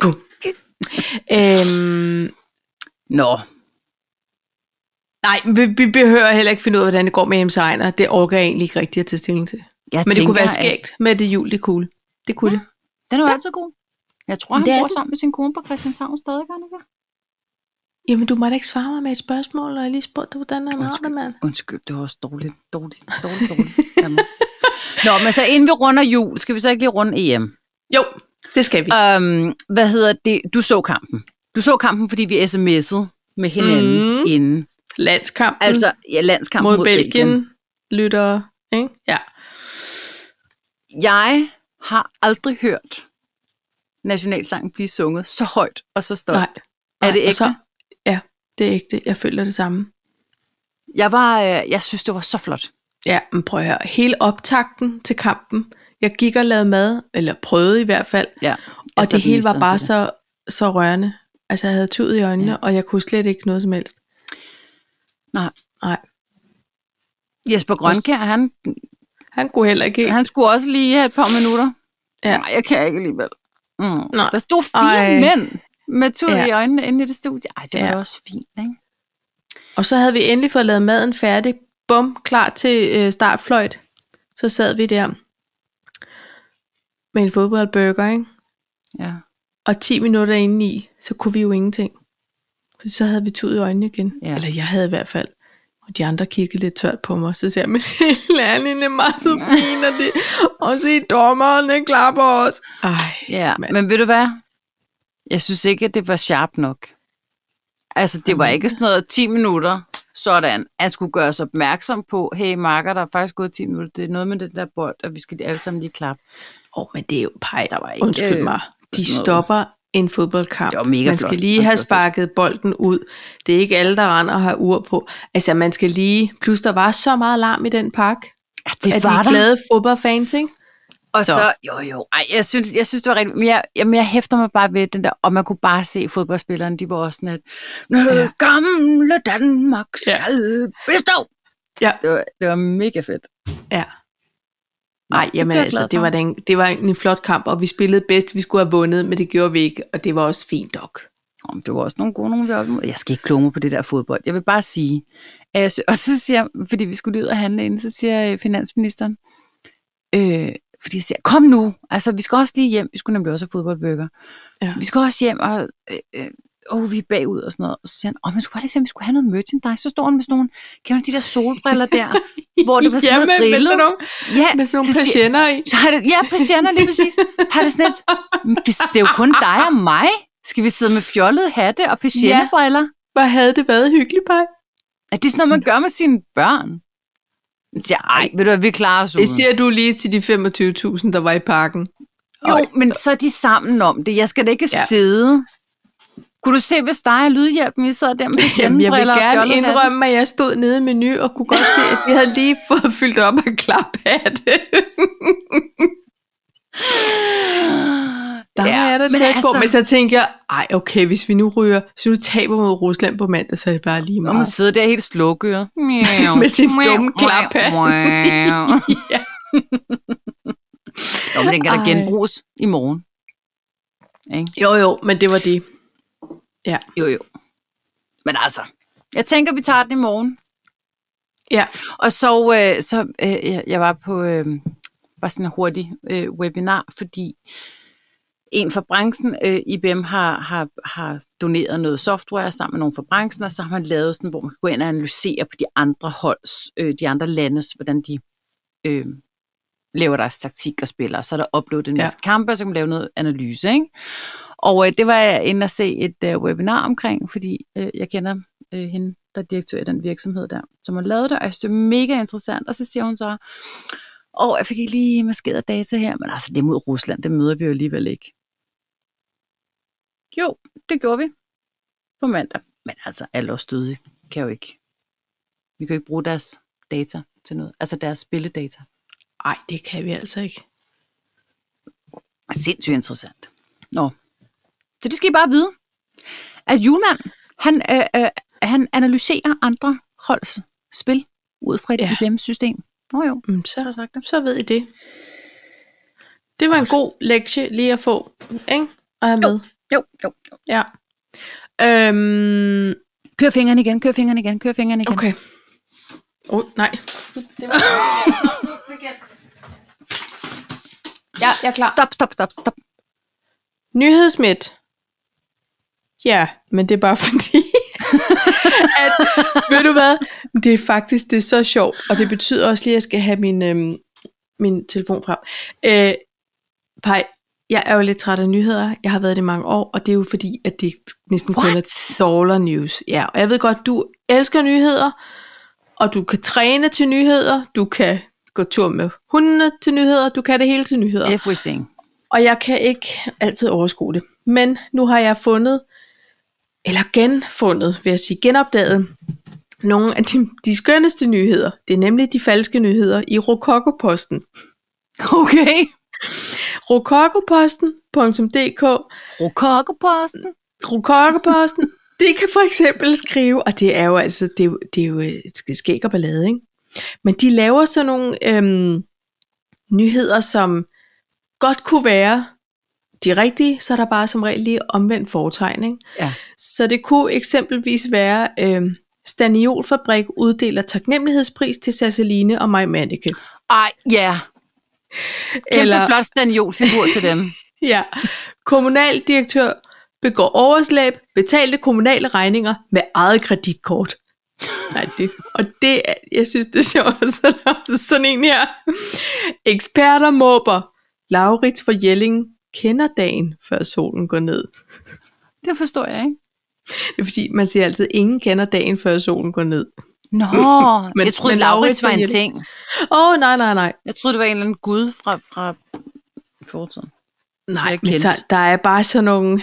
B: God. Øhm,
A: Nå,
B: nej, vi, vi behøver heller ikke finde ud af, hvordan det går med MC Ejner. Det orker jeg egentlig ikke rigtigt at tage stilling til.
A: jeg
B: Men det kunne være
A: tænker, at-
B: skægt med det jul, det kunne. Det kunne det.
A: Den er jo altid god. Jeg tror, han
B: Det er
A: bor
B: den.
A: sammen med sin kone på Christianshavn stadig, gør han ikke? det?
B: Jamen, du må da ikke svare mig med et spørgsmål, og jeg lige spurgte dig, hvordan han har
A: Undskyld.
B: det, mand.
A: Undskyld, det var også dårligt, dårligt, dårligt, dårligt. Jamen. Nå, men så inden vi runder jul, skal vi så ikke lige runde E EM?
B: Jo, det skal vi.
A: Øhm, hvad hedder det? Du så kampen. Du så kampen, fordi vi sms'ede med hinanden
B: Mhm.
A: mm. inden.
B: Landskampen
A: Altså, ja, landskamp
B: mod, mod Belgien, Belgien. lytter, ikke? Ja.
A: Jeg har aldrig hørt nationalsangen blive sunget så højt og så stolt.
B: Nej.
A: Er det
B: Nej, og
A: ægte?
B: Så, ja, det er ægte. Jeg føler det samme.
A: Jeg, var, øh, jeg synes, det var så flot.
B: Ja, men prøv at høre. Hele optakten til kampen. Jeg gik og lavede mad, eller prøvede i hvert fald.
A: Ja,
B: Og
A: altså,
B: det hele var
A: ministeren
B: bare
A: til
B: så, så rørende. Altså, jeg havde tud i øjnene,
A: Ja.
B: ja. og jeg kunne slet ikke noget som helst.
A: Nej.
B: Nej.
A: det. Jesper Grønkær, han,
B: Han kunne heller ikke.
A: han skulle også lige have et par minutter.
B: Ja.
A: Nej, jeg kan ikke alligevel. Mm.
B: Nej.
A: Der stod fire
B: Ej.
A: Ej. mænd med tud ja.
B: Ja.
A: i øjnene inde i det studie. Ej, det var
B: Ja.
A: ja. også fint, ikke?
B: Og så havde vi endelig fået lavet maden færdig. Bum, klar til øh, startfløjt. Så sad vi der med en fodboldburger, ikke?
A: Ja.
B: Og 10 minutter inde i, så kunne vi jo ingenting. Fordi så havde vi tud i øjnene igen.
A: Ja.
B: Ja. Eller jeg havde i hvert fald. Og de andre kiggede lidt tørt på mig. Så siger [laughs] jeg, men lærerne er meget så fine. Og, det, og se dommerne klapper os. Ej,
A: Ja,
B: mand.
A: men, men ved du hvad? Jeg synes ikke, at det var sharp nok. Altså, det var
B: Mm.
A: ikke sådan noget 10 minutter, sådan. Han skulle gøre os opmærksom på, hey Marker, der er faktisk gået 10 minutter. Det er noget med den der bold, og vi skal alle sammen lige klappe.
B: Åh, oh, men det er jo pej. Der var
A: ikke,
B: ikke,
A: øh,
B: Undskyld mig. De
A: sådan noget.
B: stopper en fodboldkamp.
A: Det var mega
B: man
A: flot.
B: skal lige
A: Det var
B: have
A: flot.
B: sparket bolden ud. Det er ikke alle, der render og har ur på. Altså, man skal lige... Plus, der var så meget larm i den park.
A: Ja,
B: at de er glade fodboldfans, ikke?
A: Og så.
B: Så.
A: så, jo jo, ej, jeg synes, jeg synes det var rigtigt, men jeg, jamen, jeg hæfter mig bare ved den der, og man kunne bare se fodboldspillerne, de var også sådan et, ja.
B: Ja.
A: gamle Danmark
B: Ja.
A: skal bestå.
B: Ja.
A: Det var, det var mega fedt.
B: Ja.
A: Nå,
B: Nej,
A: det blev
B: jamen
A: jeg
B: altså,
A: glad
B: det
A: for.
B: var, den, det var en flot kamp, og vi spillede bedst, vi skulle have vundet, men det gjorde vi ikke, og det var også fint nok.
A: Nå, men det var også nogle gode nogen, vi var oppe imod. Jeg skal ikke kloge mig på det der fodbold. Jeg vil bare sige, at jeg, sy- [laughs] og så siger jeg, fordi vi skulle lige ud og handle inden, så siger øh, finansministeren, øh, fordi jeg siger, kom nu, altså vi skal også lige hjem, vi skulle nemlig også have fodboldbøger.
B: Ja.
A: Vi skal også hjem, og øh, øh, åh, vi er bagud og sådan noget. Og så siger han, åh, man skulle bare lige se, om vi skulle have noget merchandise. Så står han med sådan nogle, kender du de der solbriller der, hvor det var sådan noget
B: med, med
A: grillet?
B: sådan nogle,
A: Ja,
B: med sådan nogle
A: så siger-
B: patienter i.
A: så har det, ja, patienter lige præcis. Så har det sådan et, "Men det, det er jo kun dig og mig. Skal vi sidde med fjollede hatte og patientebriller? Ja.
B: Hvor havde det været hyggeligt, Paj?
A: Er det sådan noget, man gør med sine børn? Jeg siger, ej, ved du hvad, vi klarer os
B: Det
A: uden."
B: siger du lige til de 25.000, der var i parken.
A: Jo, men så er de sammen om det. Jeg skal da ikke ja.
B: Ja.
A: sidde. Kunne du se, hvis dig og lydhjælpen, vi sad [laughs] der med
B: Jamen, jeg vil
A: patientebriller og
B: gerne
A: fjollede hatte?
B: indrømme, at jeg stod nede i menu og kunne godt se, at vi havde lige [laughs] fået fyldt op af klaphatte. Der
A: Ja,
B: ja, var jeg da
A: men
B: tæt altså,
A: altså-
B: på, men så tænkte jeg, ej okay, hvis vi nu ryger, hvis vi nu taber mod Rusland på mandag, så er det bare lige
A: Og man
B: meget.
A: sidder der helt slukøret. [laughs]
B: Med sin dumme klap.
A: ja. Nå, men den kan da
B: Ej.
A: genbruges i morgen.
B: Jo jo, men det var det.
A: Jo, jo. Men altså, jeg tænker, vi tager den i morgen.
B: Ja.
A: Og så, øh, så øh, jeg- jeg var på øh, var sådan en hurtig øh, webinar, fordi en fra branchen, øh, IBM, har, har, har doneret noget software sammen med nogen fra branchen, og så har man lavet sådan, hvor man kan gå ind og analysere på de andre holds, øh, de andre landes, hvordan de øh, laver deres taktik og spiller. Så er der uploadet en
B: Ja.
A: masse kampe, og så kan man lave noget analyse. Ikke? Og øh, det var jeg inde og se et øh, webinar omkring, fordi øh, jeg kender øh, hende, der er direktør i den virksomhed der, som har lavet det, og jeg synes, det er mega interessant. Og så siger hun så, åh, jeg fik ikke lige maskeret data her, men altså, det er mod Rusland, det møder vi jo alligevel ikke. Jo, det gjorde vi på mandag. Men altså, alle os døde kan jo ikke. Vi kan jo ikke bruge deres data til noget. Altså deres spilledata.
B: Ej, det kan vi altså ikke.
A: Sindssygt interessant. Nå. Så det skal I bare vide. At Julemand, han, øh, øh, han analyserer andre holds spil ud fra et
B: Ja.
A: ja. IBM-system. Nå jo,
B: Mm,
A: så har
B: så,
A: jeg sagt det.
B: så ved I det. Det var en god lektie lige at få, ikke? Og have
A: Jo.
B: med.
A: Jo, jo. jo.
B: Ja. Øhm,
A: Kør fingrene igen, kør fingrene igen, kør fingrene igen.
B: okay. Åh, oh, nej. ja, [laughs] jeg er klar.
A: Stop, stop, stop, stop.
B: Nyhedsmidt. Ja, men det er bare [laughs] fordi, at, ved du hvad, det er faktisk det er så sjovt, og det betyder også lige, at jeg skal have min, øhm, min telefon frem. Øh, Pej, jeg er jo lidt træt af nyheder. Jeg har været det i mange år, og det er jo fordi, at det næsten kun
A: What?
B: er dollar news. Ja, og jeg ved godt, du elsker nyheder, og du kan træne til nyheder, du kan gå tur med hundene til nyheder, du kan det hele til nyheder.
A: Everything.
B: Og jeg kan ikke altid overskue det. Men nu har jeg fundet, eller genfundet, vil jeg sige, genopdaget, nogle af de, de skønneste nyheder. Det er nemlig de falske nyheder i Rokokoposten.
A: [laughs] Okay.
B: Rokokoposten.dk
A: Rokokoposten.
B: Rokokoposten. De kan for eksempel skrive, og det er jo altså, det er jo, det er jo øh, skæg og ballade, ikke? Men de laver sådan nogle øhm, nyheder, som godt kunne være de rigtige, så er der bare som regel lige omvendt foretegn, ikke?
A: Ja.
B: Så det kunne eksempelvis være, øhm, Staniolfabrik uddeler taknemmelighedspris til Sasseline og Maj Manneke.
A: Ej, ja. Kæmpe Eller... flot staniolfigur til dem.
B: Ja. Kommunaldirektør begår overslæb, betalte kommunale regninger med eget kreditkort. Nej, det, og det, er- jeg synes, det er sjovt, at så der er også sådan en her. Eksperter måber. Laurits for Jelling kender dagen, før solen går ned.
A: [laughs] Det forstår jeg ikke.
B: Det er fordi, man siger altid, ingen kender dagen, før solen går ned.
A: Nå, [laughs] men,
B: Men-
A: jeg troede,
B: men
A: Laurits
B: Laurits
A: var
B: var
A: en
B: hjemme.
A: ting.
B: Åh, oh, nej, nej, nej.
A: Jeg troede, det var en eller anden gud fra, fra fortiden.
B: Nej,
A: jeg
B: men
A: kendte.
B: så, der er bare sådan nogle...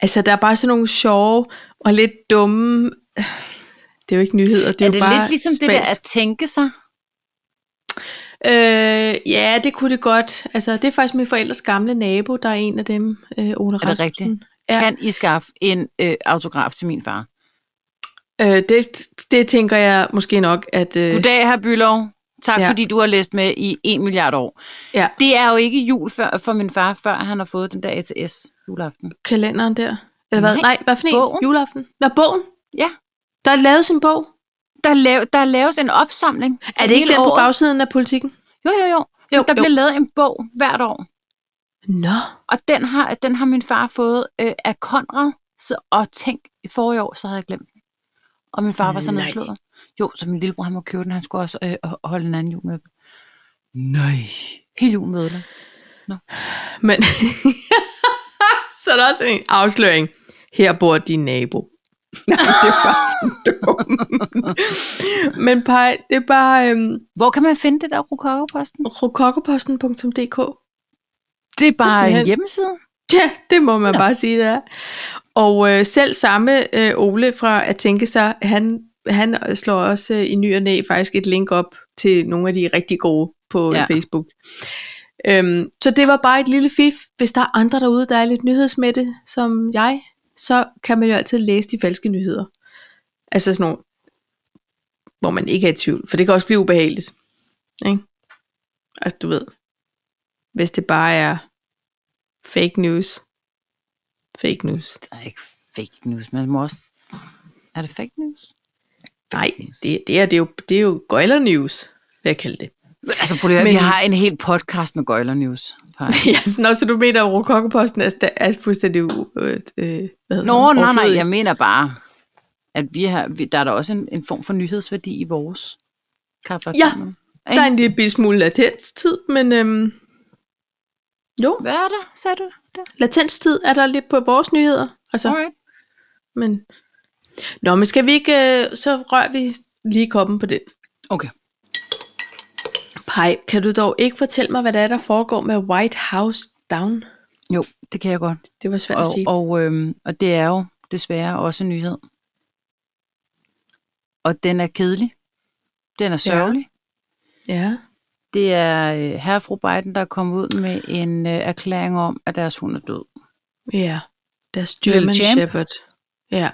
B: Altså, der er bare sådan nogle sjove og lidt dumme... Det er jo ikke nyheder, det er,
A: er
B: jo
A: det
B: bare
A: lidt ligesom
B: spas.
A: det der at tænke sig?
B: Øh, ja, det kunne det godt. Altså, det er faktisk min forældres gamle nabo, der er en af dem, øh, Ole
A: Er det rigtigt? Ja.
B: Ja.
A: Kan I skaffe en øh, autograf til min far?
B: Øh, det, det tænker jeg måske nok, at... Øh,
A: Goddag, herr Bylov. Tak, ja.
B: Ja.
A: fordi du har læst med i 1 milliard år.
B: Ja.
A: Det er jo ikke jul for, for min far, før han har fået den der ATS juleaften.
B: kalenderen der... Eller hvad?
A: Nej,
B: Nej, Nej hvad for en?
A: bogen.
B: Juleaften? Nå, bogen?
A: Ja.
B: Der er lavet sin bog.
A: Der, lav, der laves en opsamling. for
B: Er det ikke
A: hele
B: den på
A: året.
B: bagsiden af politikken?
A: Jo, jo, jo. jo
B: Jo,
A: der jo.
B: jo.
A: bliver lavet en bog hvert år.
B: Nå.
A: Og den har, den har min far fået øh, af Konrad. Så, og tænk, i forrige år, så havde jeg glemt den. Og min far var så
B: Nej.
A: nedslået. Jo, så min lillebror, han må købe den. Han skulle også øh, ho- holde en anden jul med. Nej. Helt jul med den.
B: Men [laughs] så er der også en afsløring. Her bor din nabo. [laughs] Nej, det var så dumt. Men Paj, det er bare øhm,
A: Hvor kan man finde det der rokokoposten?
B: rokokoposten.dk.
A: Det er bare en
B: Simpelthen.
A: hjemmeside.
B: Ja, det må man
A: Nå.
B: ja. bare sige, det er. Og øh, selv samme øh, Ole fra At Tænke Sig, han, han slår også øh, i ny og næ faktisk et link op til nogle af de rigtig gode på
A: Ja.
B: ja. Facebook. Øhm, så det var bare et lille fif. Hvis der er andre derude, der er lidt nyhedsmætte, som jeg, så kan man jo altid læse de falske nyheder. Altså sådan nogle, hvor man ikke er i tvivl, for det kan også blive ubehageligt. Ikke? Altså du ved, hvis det bare er Fake news. Fake news.
A: Der er ikke fake news. Man må også... Er det fake news?
B: Nej, det, det, er, det, er, jo, det er jo gøjler news, vil jeg kalde det.
A: Altså, prøv lige at høre,
B: Men-
A: vi har en hel podcast med Gøjler News. Paj.
B: [laughs] ja, sådan også, du mener, at Rokokoposten er, sta- er fuldstændig... u- Øh, øh, hvad hedder
A: Nå,
B: sådan,
A: nej, nej,
B: overflødig.
A: jeg mener bare, at vi har, vi, der er da også en, en form for nyhedsværdi i vores kaffe.
B: Ja. Der er en lille bitte smule latenstid, men... Øhm, jo,
A: Hvad er det, sagde du? Der?
B: latenstid er der lidt på vores nyheder. Altså,
A: Alright.
B: men... Nå, men skal vi ikke... Øh, så rører vi lige koppen på den.
A: Okay.
B: Pej, kan du dog ikke fortælle mig, hvad der er, der foregår med White House Down?
A: Jo, det kan jeg godt.
B: Det var svært at sige.
A: Og, og, øhm, og det er jo desværre også en nyhed. Og den er kedelig. Den er sørgelig.
B: Ja.
A: Det er øh, herre og fru Biden, der er kommet ud med en øh, erklæring om, at deres hund er død.
B: Ja, deres
A: Lille
B: German
A: champ.
B: Shepherd. Ja.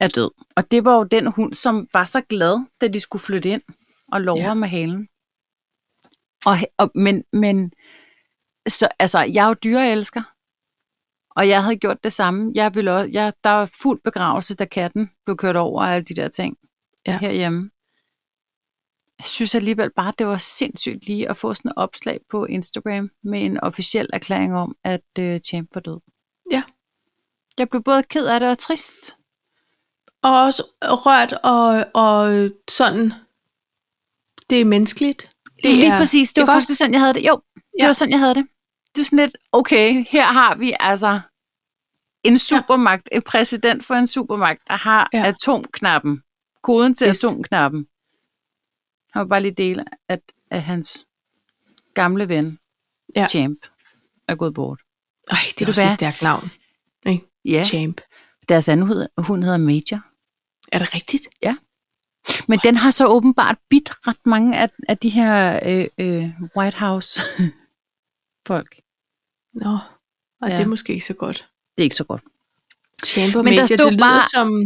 A: Er død. Og det var jo den hund, som var så glad, da de skulle flytte ind og lover ja.
B: Ja.
A: med halen. Og, og, men, men så, altså, jeg er jo dyreelsker, og jeg havde gjort det samme. Jeg ville også, jeg, der var fuld begravelse, da katten blev kørt over og alle de der ting ja.
B: Ja.
A: herhjemme. Jeg synes alligevel bare, det var sindssygt lige at få sådan et opslag på Instagram med en officiel erklæring om, at øh, Champ var død.
B: Ja.
A: Jeg blev både ked af det og trist.
B: Og også rørt og, og sådan, det er menneskeligt.
A: Det er
B: Det
A: lige
B: er-
A: præcis. Det
B: ikke
A: var
B: også?
A: faktisk sådan, jeg havde det. Jo, det
B: Ja.
A: var sådan, jeg havde det. det er sådan lidt, okay, her har vi altså en supermagt, en præsident for en supermagt, der har ja.
B: Ja.
A: atomknappen, koden til yes.
B: Yes.
A: atomknappen. Han var bare lige del af, at hans gamle ven, ja.
B: Ja.
A: Champ, er gået bort.
B: Ej,
A: Ved
B: det er
A: du
B: også et
A: hvad?
B: stærkt navn.
A: Ja,
B: Champ.
A: deres anden hund, hund hedder Major.
B: Er det rigtigt?
A: Men den har så åbenbart bidt ret mange af, af de her øh, øh, White House-folk.
B: Nå, og
A: Ja.
B: ja. det er måske ikke så godt.
A: Det er ikke så godt.
B: Champ og
A: Men der
B: Major,
A: stod
B: det lyder
A: bare-
B: som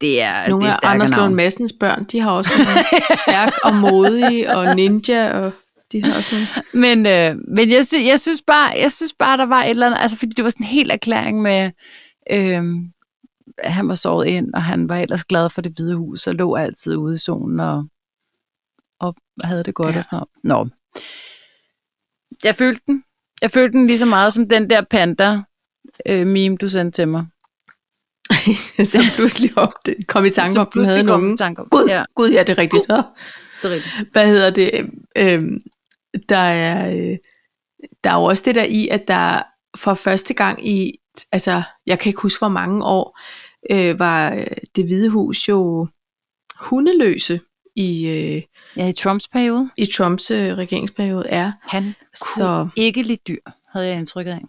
A: Det er,
B: nogle
A: det er
B: af
A: stærkere
B: Anders Lund
A: navn.
B: Madsens børn. De har også
A: [laughs]
B: sådan stærk og modige og ninja, og de har
A: [laughs]
B: også nogle...
A: Men, øh, men jeg, sy- jeg, synes bare, jeg synes bare, der var et eller andet, altså fordi det var sådan en hel erklæring med, øh, at han var sovet ind, og han var ellers glad for det hvide hus, og lå altid ude i solen, og, og havde det godt ja.
B: Ja.
A: og sådan noget. Nå. Jeg følte den. Jeg følte den lige så meget som den der panda-meme, du sendte til mig.
B: som pludselig op, det, kom i tanke om,
A: Som
B: at den havde
A: pludselig kom
B: nogen.
A: i tanke om.
B: Gud,
A: Ja,
B: ja. Gud, ja, det er rigtigt. Gud.
A: det er rigtigt.
B: Hvad hedder det? Øhm, der, er, øh, der er jo også det der i, at der for første gang i, altså jeg kan ikke huske hvor mange år, øh, var øh, det hvide hus jo hundeløse i, øh,
A: Ja, i Trumps periode.
B: i Trumps øh, regeringsperiode er.
A: Han kunne
B: Så
A: ikke lide dyr, havde jeg indtrykket af.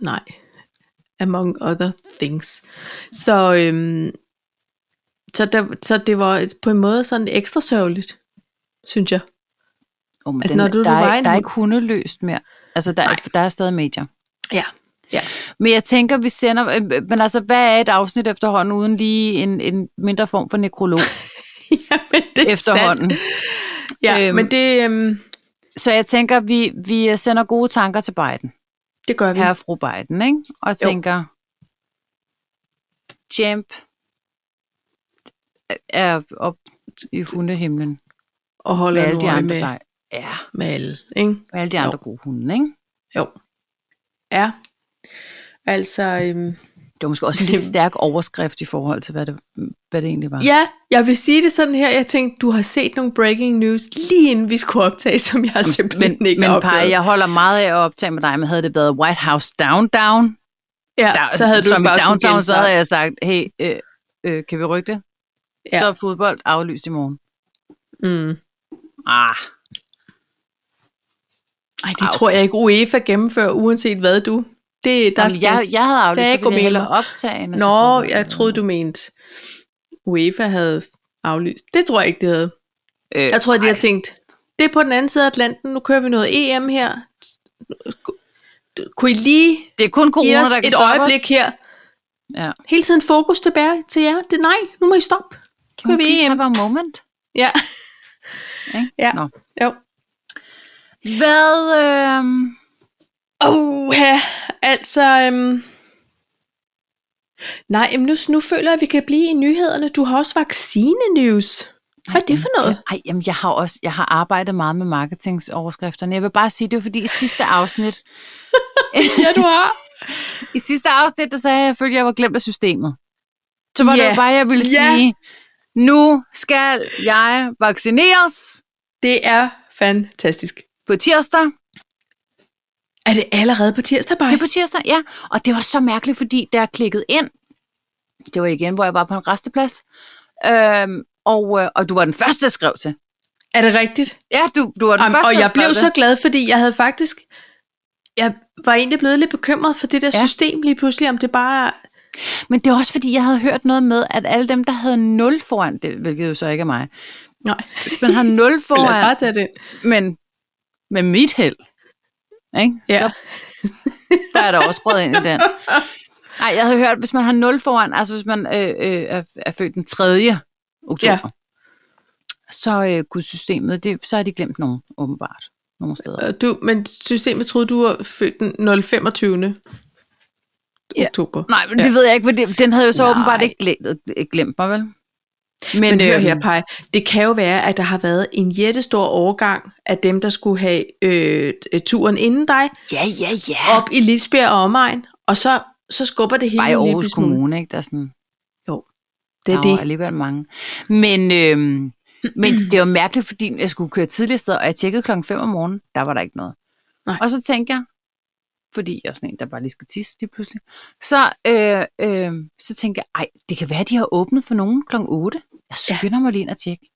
B: Nej. Among other things. Så, øhm, så, der, så det var et- på en måde sådan ekstra sørgeligt, synes jeg.
A: Oh, men
B: Altså, når du er
A: der,
B: på
A: er,
B: vejen
A: der er
B: ud-
A: ikke hundeløst mere. Altså, der, er,
B: Nej.
A: der er stadig major.
B: Ja. Ja.
A: Men jeg tænker, vi sender... øh, Men altså, hvad er et afsnit efterhånden uden lige en, en mindre form for nekrolog [laughs]
B: [laughs] Jamen, det er
A: efterhånden?
B: Sandt. Ja,
A: Øhm.
B: øhm. men det, øhm,
A: Så jeg tænker, vi, vi sender gode tanker til Biden.
B: det gør vi.
A: Herre og fru Biden, ikke? Og tænker... Champ er op i hundehimlen
B: Og
A: med
B: holder
A: alle de
B: nu øje
A: andre,
B: med,
A: der, ja,
B: med alle. Ikke?
A: med alle de andre gode hunde, ikke?
B: Jo. Ja. Altså, øhm,
A: Det var måske også en lidt stærk overskrift i forhold til, hvad det, hvad det egentlig var.
B: ja, jeg vil sige det sådan her. Jeg tænkte, du har set nogle breaking news lige inden vi skulle optage, som jeg simpelthen
A: men,
B: ikke
A: men
B: har
A: Paj,
B: opdaget.
A: jeg holder meget af at optage med dig, men havde det været White House Down Down,
B: ja,
A: der,
B: så havde du
A: som
B: den bare
A: i
B: skulle
A: downtown, så
B: genstarte.
A: havde jeg sagt, hey, øh, øh, kan vi rykke det? Ja.
B: Ja.
A: Så er fodbold aflyst i morgen.
B: Mm.
A: Ah,
B: Ej, det
A: Au.
B: tror jeg ikke UEFA gennemfører, uanset hvad du. Det, der
A: Jamen,
B: skal
A: jeg, jeg havde aflyst, så
B: saggo
A: kunne jeg hellere
B: mere.
A: optage. end at se
B: Nå,
A: fodbold.
B: jeg troede, du mente, UEFA havde aflyst. Det tror jeg ikke, de havde.
A: Øh,
B: Jeg tror, de har
A: ej,
B: tænkt, det er på den anden side af Atlanten, nu kører vi noget EM her. Kunne I lige
A: Det er kun
B: give
A: corona,
B: os
A: der kan
B: et
A: stoppe
B: øjeblik her?
A: Ja.
B: Hele tiden fokus tilbage til jer. Det, nej, nu må I stoppe.
A: os. Kan
B: kører vi E
A: vi
B: EM.
A: have a moment?
B: Ja.
A: [laughs] Ikke?
B: Ja.
A: Nå.
B: Jo.
A: Hvad, øh,
B: øhm, Åh, ja, altså... Øhm... Nej, jamen nu, nu føler jeg, at vi kan blive i nyhederne. Du har også vaccine-news. Hvad er det for noget?
A: Ej, jamen, jeg har også jeg har arbejdet meget med marketingsoverskrifterne. Jeg vil bare sige, det var fordi i sidste afsnit, [laughs]
B: Ja, du har.
A: I sidste afsnit, der sagde jeg, at jeg følte, at jeg var glemt af systemet. Så var yeah.
B: Ja.
A: det jo bare, jeg ville
B: Ja.
A: yeah. sige, nu skal jeg vaccineres
B: Det er fantastisk.
A: på tirsdag.
B: Er det allerede på tirsdag, bare?
A: Det er på tirsdag, ja. Og det var så mærkeligt, fordi da jeg klikkede ind, det var igen, hvor jeg var på en resteplads, øhm, og, øh, og du var den første, jeg skrev til.
B: Er det rigtigt?
A: Ja, du, du var den
B: Jamen,
A: første,
B: og jeg
A: skrev
B: blev
A: til.
B: så glad, fordi jeg havde faktisk... Jeg var egentlig blevet lidt bekymret for det der
A: Ja.
B: ja. system lige pludselig, om det bare...
A: Men det er også, fordi jeg havde hørt noget med, at alle dem, der havde 0 foran det, hvilket jo så ikke er mig,
B: Nej,
A: hvis man har
B: [laughs]
A: 0
B: lad os bare
A: foran,
B: tage det. ind.
A: men med mit held, ikke?
B: Ja.
A: så der er der også røget ind i
B: [laughs]
A: den. Nej, jeg havde hørt, hvis man har 0 foran, altså hvis man øh, øh, er, er født den 3. oktober, ja.
B: Ja.
A: så øh, kunne systemet, det, så har de glemt nogen, åbenbart, nogle steder.
B: Og øh, Du, men systemet troede, du var født den 025.
A: Ja.
B: oktober.
A: Nej, men
B: Ja.
A: det ved jeg ikke, for det, den havde jo så
B: Nej.
A: åbenbart ikke glemt, glemt mig, vel?
B: Men, øh, Men hør
A: øhm,
B: her, Paj. Det kan jo være, at der har været en jættestor overgang af dem, der skulle have øh, t- turen inden dig,
A: Ja, ja, ja.
B: op i Lisbjerg og omegn, og så, så skubber det hele
A: Bare i
B: en lille
A: Aarhus
B: smule.
A: Kommune, ikke? Der er sådan,
B: ligesom- Det er
A: Der var
B: det.
A: alligevel mange. Men, øhm,
B: [clears throat]
A: men det var mærkeligt, fordi jeg skulle køre tidligere sted, og jeg tjekkede klokken 5 om morgenen. Der var der ikke noget.
B: Nej.
A: Og så tænkte jeg, fordi jeg er sådan en, der bare lige skal tisse lige pludselig. Så, øh, øh, så tænker jeg, ej, det kan være, de har åbnet for nogen kl. 8. Jeg skynder ja. mig lige ind og tjekke.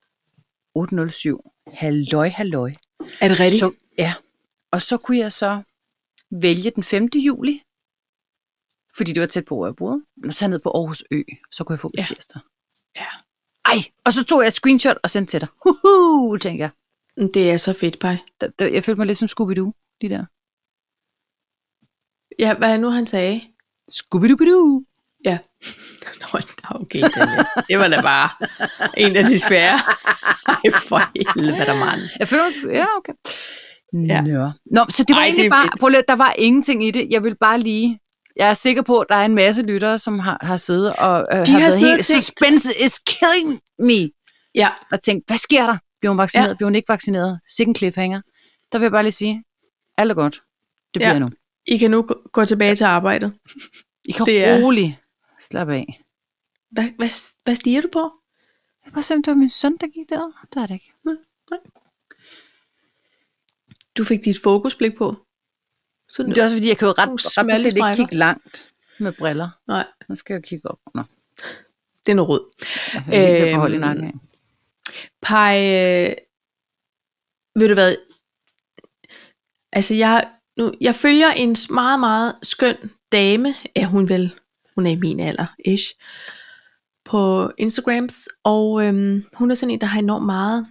A: 8.07. Halløj, halløj.
B: Er det rigtigt?
A: Så, ja. Og så kunne jeg så vælge den 5. juli, fordi det var tæt på, hvor jeg boede. Nu tager jeg ned på Aarhus Ø, så kunne jeg få min
B: Ja.
A: ja. tirsdag.
B: Ja.
A: Ej, og så tog jeg et screenshot og sendte til dig. Huhu, tænker jeg.
B: Det er så fedt, Paj.
A: Da- da- Jeg følte mig lidt som Scooby-Doo, de der.
B: Ja, hvad er nu, han sagde? [laughs]
A: Scooby-Doo-Doo.
B: Ja. Nå, nå, okay, Daniel. Det var da bare en af de svære. Ej, for helvede, mand.
A: Jeg føler mig... Ja, okay.
B: Ja.
A: Nå. Nå, så det var
B: Ej,
A: Ej, egentlig
B: det
A: det
B: er
A: bare...
B: fedt.
A: Prøv lige, at- der var ingenting i det. Jeg vil bare lige... Jeg er sikker på, at der er en masse lyttere, som har, har siddet og øh, har,
B: har
A: været
B: siddet
A: helt...
B: og tænkt-
A: Suspense is killing me.
B: Ja,
A: Og tænkt, hvad sker der? Bliver hun vaccineret?
B: Ja.
A: Ja. Bliver hun ikke vaccineret? Sikken cliffhanger. Der vil jeg bare lige sige, alt er godt. Det bliver
B: Ja.
A: ja. nu.
B: I kan nu gå- gå tilbage til arbejdet.
A: I kan
B: Det er-
A: roligt slappe af.
B: Hvad, hvad, hvad stiger du på?
A: Jeg var simpelthen, det var min søn, der gik derud. Der er det ikke.
B: Du fik dit fokusblik på. Sådan
A: Men det er også fordi, jeg kan jo ret,
B: Nogle
A: ret
B: smalle
A: beset ikke
B: spejder.
A: kigge langt med briller.
B: Nej,
A: Nu skal jeg jo kigge op. Nå,
B: det er noget råd.
A: jeg er helt til at
B: Øhm,
A: forholde i nakken af.
B: Pej, øh, ved du hvad? Altså, jeg, nu, jeg følger en s- meget, meget skøn dame, er hun vel, hun er i min alder, ish, på Instagrams, og øhm, hun er sådan en, der har enormt meget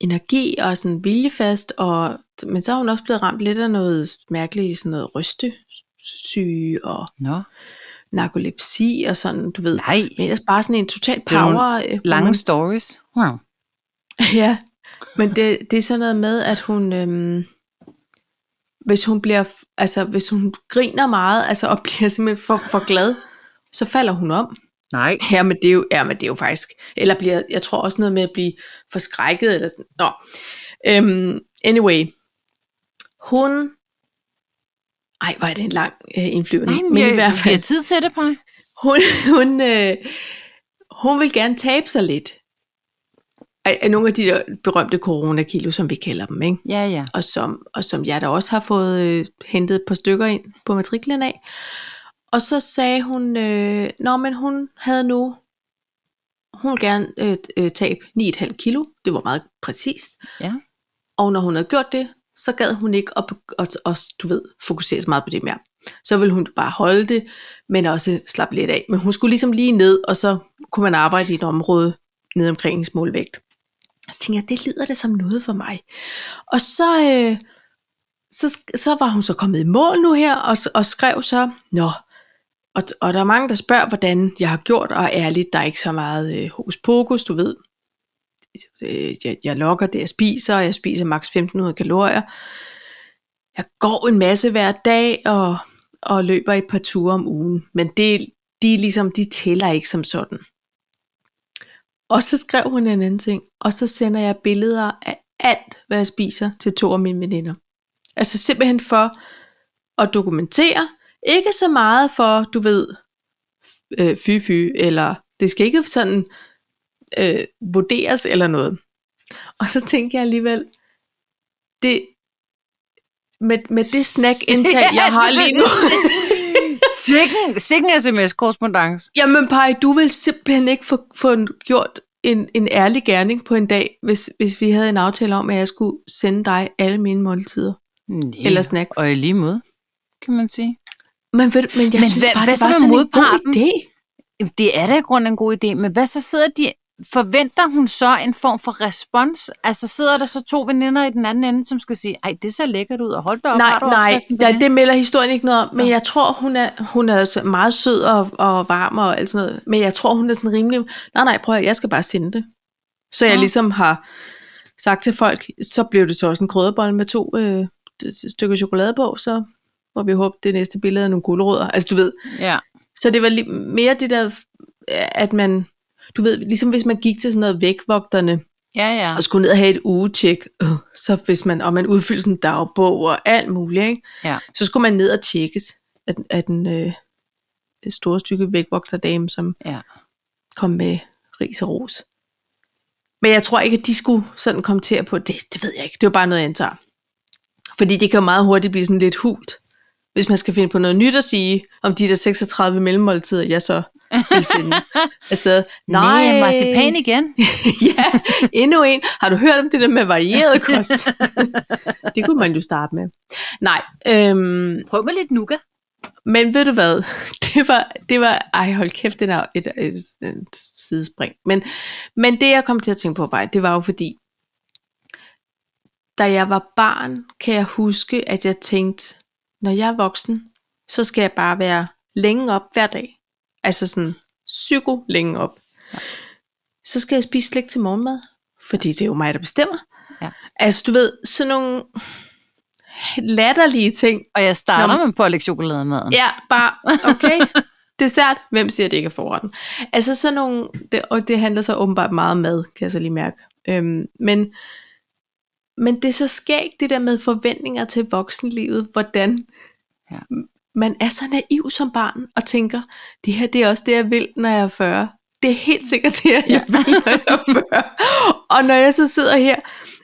B: energi og sådan viljefast, og, men så er hun også blevet ramt lidt af noget mærkeligt, sådan noget rystesyge og
A: Nå,
B: narkolepsi og sådan, du ved.
A: nej.
B: Men ellers bare sådan en total
A: Det er jo en
B: power. øh,
A: Lange
B: woman.
A: stories. Wow.
B: [laughs] Ja, men det, det er sådan noget med, at hun, øhm, hvis hun bliver, f- altså hvis hun griner meget, altså og [laughs] bliver simpelthen for, for glad, så falder hun om. [laughs]
A: Nej.
B: Ja, men det er jo, ja, men det er jo faktisk, eller bliver, jeg tror også noget med at blive forskrækket, eller sådan, nå. Øhm, anyway, hun, ej, hvor er det en lang øh, indflyvning,
A: Nej, men, jeg, i hvert fald. tid til det, Paj.
B: hun, [laughs] hun, øh, hun vil gerne tabe sig lidt af, af nogle af de der berømte coronakilo, som vi kalder dem, ikke?
A: Ja, ja.
B: Og, som, og som jeg da også har fået øh, hentet et par stykker ind på matriklen af. Og så sagde hun, øh, nå, men hun havde nu, hun ville gerne øh, øh, tabe 9,5 kilo, det var meget præcist.
A: Ja.
B: Og når hun havde gjort det, så gad hun ikke at, at, at du ved, fokusere så meget på det mere. Så ville hun bare holde det, men også slappe lidt af. Men hun skulle ligesom lige ned, og så kunne man arbejde i et område ned omkring hendes målvægt. Så tænkte jeg, det lyder da som noget for mig. Og så, øh, så, sk- så var hun så kommet i mål nu her, og, s- og skrev så, nå, og, og der er mange, der spørger, hvordan jeg har gjort, og ærligt, der er ikke så meget øh, hos pokus, du ved, øh, jeg, jeg logger det, jeg spiser, og jeg spiser maks 1500 kalorier. Jeg går en masse hver dag, og, og løber et par ture om ugen. Men det, de, er ligesom, de tæller ikke som sådan. Og så skrev hun en anden ting, og så sender jeg billeder af alt, hvad jeg spiser til to af mine veninder. Altså simpelthen for at dokumentere, ikke så meget for, du ved, øh, fy fy, eller det skal ikke sådan øh, vurderes eller noget. Og så tænker jeg alligevel, det, med, med det snack-indtag, jeg har lige nu,
A: sikken, sikken sms-korrespondance.
B: Jamen Paj, du vil simpelthen ikke få, få en- gjort en, en ærlig gerning på en dag, hvis, hvis vi havde en aftale om, at jeg skulle sende dig alle mine måltider.
A: Nej.
B: Eller snacks.
A: Og i lige måde, kan man sige.
B: Men, ved, men jeg men
A: Men
B: synes
A: hvad-
B: bare,
A: hvad
B: det
A: så
B: var
A: med
B: sådan en god
A: modparten?
B: idé.
A: Jamen, det er da i grunden en god idé, men hvad så sidder de... Forventer hun så en form for respons? Altså sidder der så to veninder i den anden ende, som skal sige, ej, det ser lækkert ud, og hold da op,
B: Nej,
A: har du
B: nej,
A: opskriften på
B: ja,
A: det?
B: det melder historien ikke noget om, men jeg tror, hun er, hun er så meget sød og, og varm og alt sådan noget, men jeg tror, hun er sådan rimelig, nej, nej, prøv at, høre, jeg skal bare sende det. Så jeg
A: Nå.
B: ligesom har sagt til folk, så blev det så også en krødebolle med to øh, stykker chokolade på, så hvor vi håber, det næste billede er nogle gulerødder. Altså du ved,
A: Ja.
B: Så det var li- mere det der, at man, du ved, ligesom hvis man gik til sådan noget vægtvogterne,
A: ja, ja.
B: og skulle ned og have et ugetjek, øh, så hvis man, og man udfyldte sådan en dagbog og alt muligt, ikke?
A: Ja.
B: så skulle man ned og tjekkes af, den- af den øh, store stykke vægtvogterdame, som
A: Ja.
B: kom med ris og ros. Men jeg tror ikke, at de skulle sådan kommentere på det. Det ved jeg ikke. Det var bare noget, jeg antager. Fordi det kan jo meget hurtigt blive sådan lidt hult. hvis man skal finde på noget nyt at sige, om de der 36 mellemmåltider, jeg så vil
A: [laughs]
B: sende afsted.
A: Nej, Nej marcipan igen.
B: [laughs] ja, endnu en. Har du hørt om det der med varieret kost? det kunne man jo starte med. Nej, øhm,
A: Prøv med lidt nougat.
B: men ved du hvad? [laughs] Det var, det var ej hold kæft, det er et, et, et, et sidespring. Men, men det jeg kom til at tænke på, bare, det var jo fordi, da jeg var barn, kan jeg huske, at jeg tænkte, når jeg er voksen, så skal jeg bare være længe op hver dag. Altså sådan psyko længe op. Så skal jeg spise slik til morgenmad, fordi det er jo mig, der bestemmer.
A: Ja.
B: Altså du ved, sådan nogle latterlige ting,
A: Og jeg starter
B: Nå,
A: med pålæg chokolademaden.
B: Ja, bare, okay. [laughs] Dessert, hvem siger det ikke er forretten? Altså sådan nogle, det, og det handler så åbenbart meget om mad, kan jeg så lige mærke. Øhm, men, men det er så skægt, det der med forventninger til voksenlivet, hvordan
A: Ja.
B: ja. man er så naiv som barn, og tænker, det her det er også det, jeg vil, når jeg er 40. Det er helt sikkert det, jeg
A: Ja.
B: ja. vil, når jeg er 40. Og når jeg så sidder her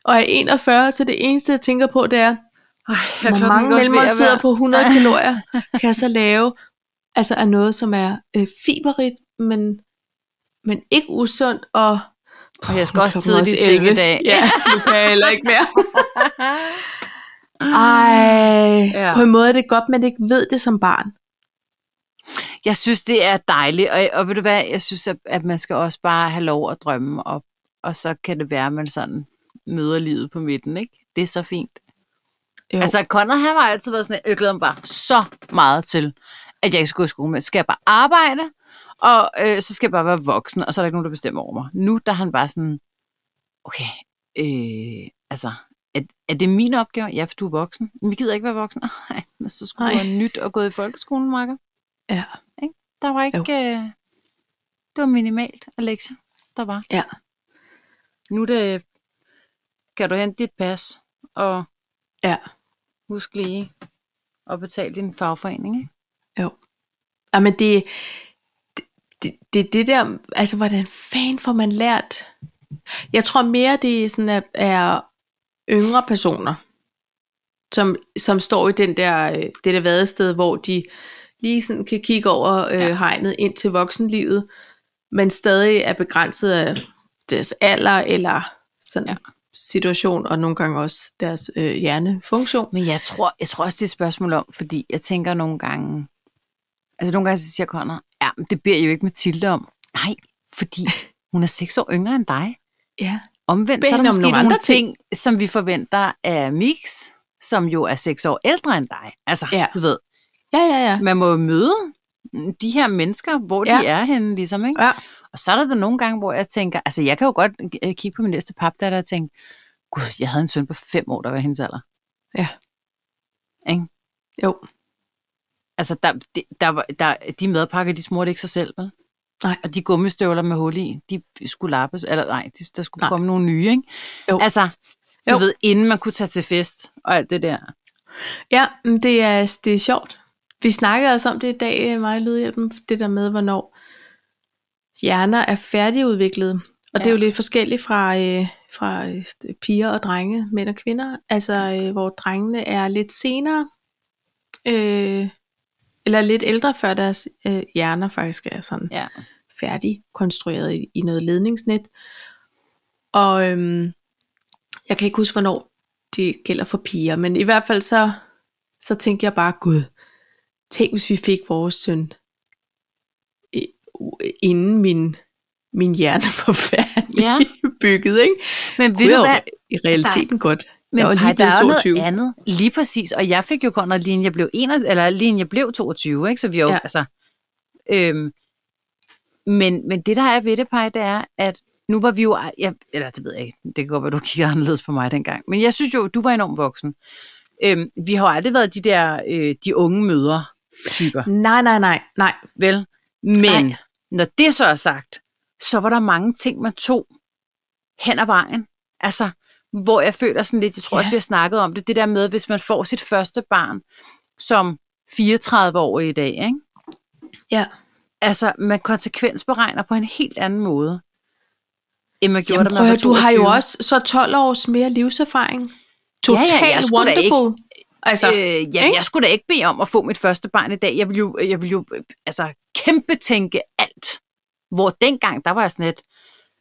B: og er 41, så det eneste, jeg tænker på, det er, hvor mange mellemmåltider på [laughs] 100 kalorier kan jeg så lave altså af noget, som er øh, fiberigt, men, men ikke usundt, og,
A: Og jeg skal
B: Puh,
A: også
B: klokken er
A: tidligt i seng i
B: 11.
A: dag.
B: Ja, [laughs] nu kan jeg heller ikke mere. [laughs] Ej,
A: Ja.
B: ja. på en måde er det godt, man ikke ved det som barn.
A: Jeg synes, det er dejligt, og, og ved du hvad, jeg synes, at, at man skal også bare have lov at drømme op, og så kan det være, at man sådan møder livet på midten, ikke? Det er så fint. Jo.
B: Jo.
A: Altså, Conrad, han har altid været sådan, jeg glæder mig bare så meget til, at jeg ikke skal gå i skole, men skal jeg bare arbejde, og øh, så skal jeg bare være voksen, og så er der ikke nogen, der bestemmer over mig. Nu der er han bare sådan, okay, øh, altså, er, er det min opgave? Ja, for du er voksen. Men vi gider ikke være voksen. [laughs] Nej, men så skulle
B: Nej.
A: du have nyt og gået i folkeskolen, Marker.
B: Ja.
A: Der var ikke... Øh, det var minimalt af lektier, der var.
B: Ja.
A: Nu er det, kan du hente dit pas, og
B: Ja.
A: husk lige at betale din fagforening. Ikke?
B: Jamen Ah, det, det, det, det der, altså hvordan fanden får man lært? Jeg tror mere, det er sådan er, er yngre personer, som, som står i den der, øh, det der vadested, hvor de lige sådan kan kigge over øh,
A: Ja.
B: hegnet ind til voksenlivet, men stadig er begrænset af deres alder eller sådan
A: Ja.
B: ja. situation, og nogle gange også deres øh, hjernefunktion.
A: Men jeg tror, jeg tror også, det er et spørgsmål om, fordi jeg tænker nogle gange, altså nogle gange så siger Conrad, ja, men det beder I jo ikke Mathilde om. Nej, [laughs] fordi hun er seks år yngre end dig.
B: Ja.
A: Omvendt,
B: Bed
A: så er der
B: hende om
A: måske nogle,
B: nogle
A: nogle
B: andre ting.
A: ting, som vi forventer af Mix, som jo er seks år ældre end dig. Altså, ja.
B: Ja.
A: du ved,
B: Ja, ja, ja.
A: man må jo møde mm, de her mennesker, hvor ja.
B: Ja.
A: de er henne, ligesom, ikke?
B: Ja.
A: Og så er der da nogle gange, hvor jeg tænker, altså jeg kan jo godt øh, kigge på min næste papdatter og tænke, gud, jeg havde en søn på fem år, der var i hendes alder.
B: Jo.
A: Altså, der, det- der, var- der, de madpakker, de smurte ikke sig selv, vel?
B: Nej.
A: Og de gummistøvler med hul i, de skulle lappes, eller nej, de, der skulle nej.
B: Nej.
A: komme nogle nye, ikke?
B: Jo.
A: Altså, du
B: Jo.
A: ved, inden man kunne tage til fest og alt det der.
B: Ja, men det er, det er sjovt. Vi snakkede også om det i dag, øh, mig og Lydhjælpen, det der med, hvornår hjerner er færdigudviklede. Og det er jo lidt forskelligt fra, øh, fra øh, piger og drenge, mænd og kvinder. Altså, øh, hvor drengene er lidt senere, øh, eller lidt ældre, før deres øh, hjerner faktisk er sådan
A: Ja.
B: færdigkonstrueret i, i noget ledningsnet. Og øhm, jeg kan ikke huske, hvornår det gælder for piger, men i hvert fald så, så tænkte jeg bare, Gud, tænk hvis vi fik vores søn, i- u- inden min, min hjerne var [laughs]
A: Ja.
B: færdigbygget, ikke?
A: Men
B: Ved
A: ved du
B: jeg
A: hvad?
B: jo i realiteten godt.
A: Men
B: jeg var lige
A: der er jo
B: blevet 22.
A: noget andet. Lige præcis, og jeg fik jo kun, lige inden jeg blev, 21, eller lige inden jeg blev 22, ikke? så vi er jo, ja.
B: Ja.
A: altså, øhm, men, men det der er ved det, Paj, det er, at nu var vi jo, jeg, eller det ved jeg ikke, det kan godt være, du kiggede anderledes på mig dengang, men jeg synes jo, du var enormt voksen. Øhm, vi har jo aldrig været de der, øh, de unge mødre typer,
B: Nej, nej, nej, nej.
A: vel? Men
B: Nej.
A: når det så er sagt, så var der mange ting, man tog hen ad vejen. Altså, hvor jeg føler sådan lidt, jeg tror ja.
B: Ja.
A: også, vi har snakket om det, det der med, hvis man får sit første barn som 34 år i dag, ikke?
B: Ja.
A: Altså, man konsekvensberegner på en helt anden måde, end man gjorde,
B: Jamen,
A: da
B: prøv
A: man
B: at
A: var
B: høre, du har jo
A: 22.
B: også så 12 års mere livserfaring.
A: Ja, ja,
B: Totalt
A: jeg
B: ja, ja,
A: skulle da
B: wonderful. Altså, øh,
A: Øh, jamen,
B: Ikke?
A: jeg skulle da ikke bede om at få mit første barn i dag. Jeg ville jo, jeg ville jo øh, altså, kæmpe tænke alt. Hvor dengang, der var jeg sådan lidt,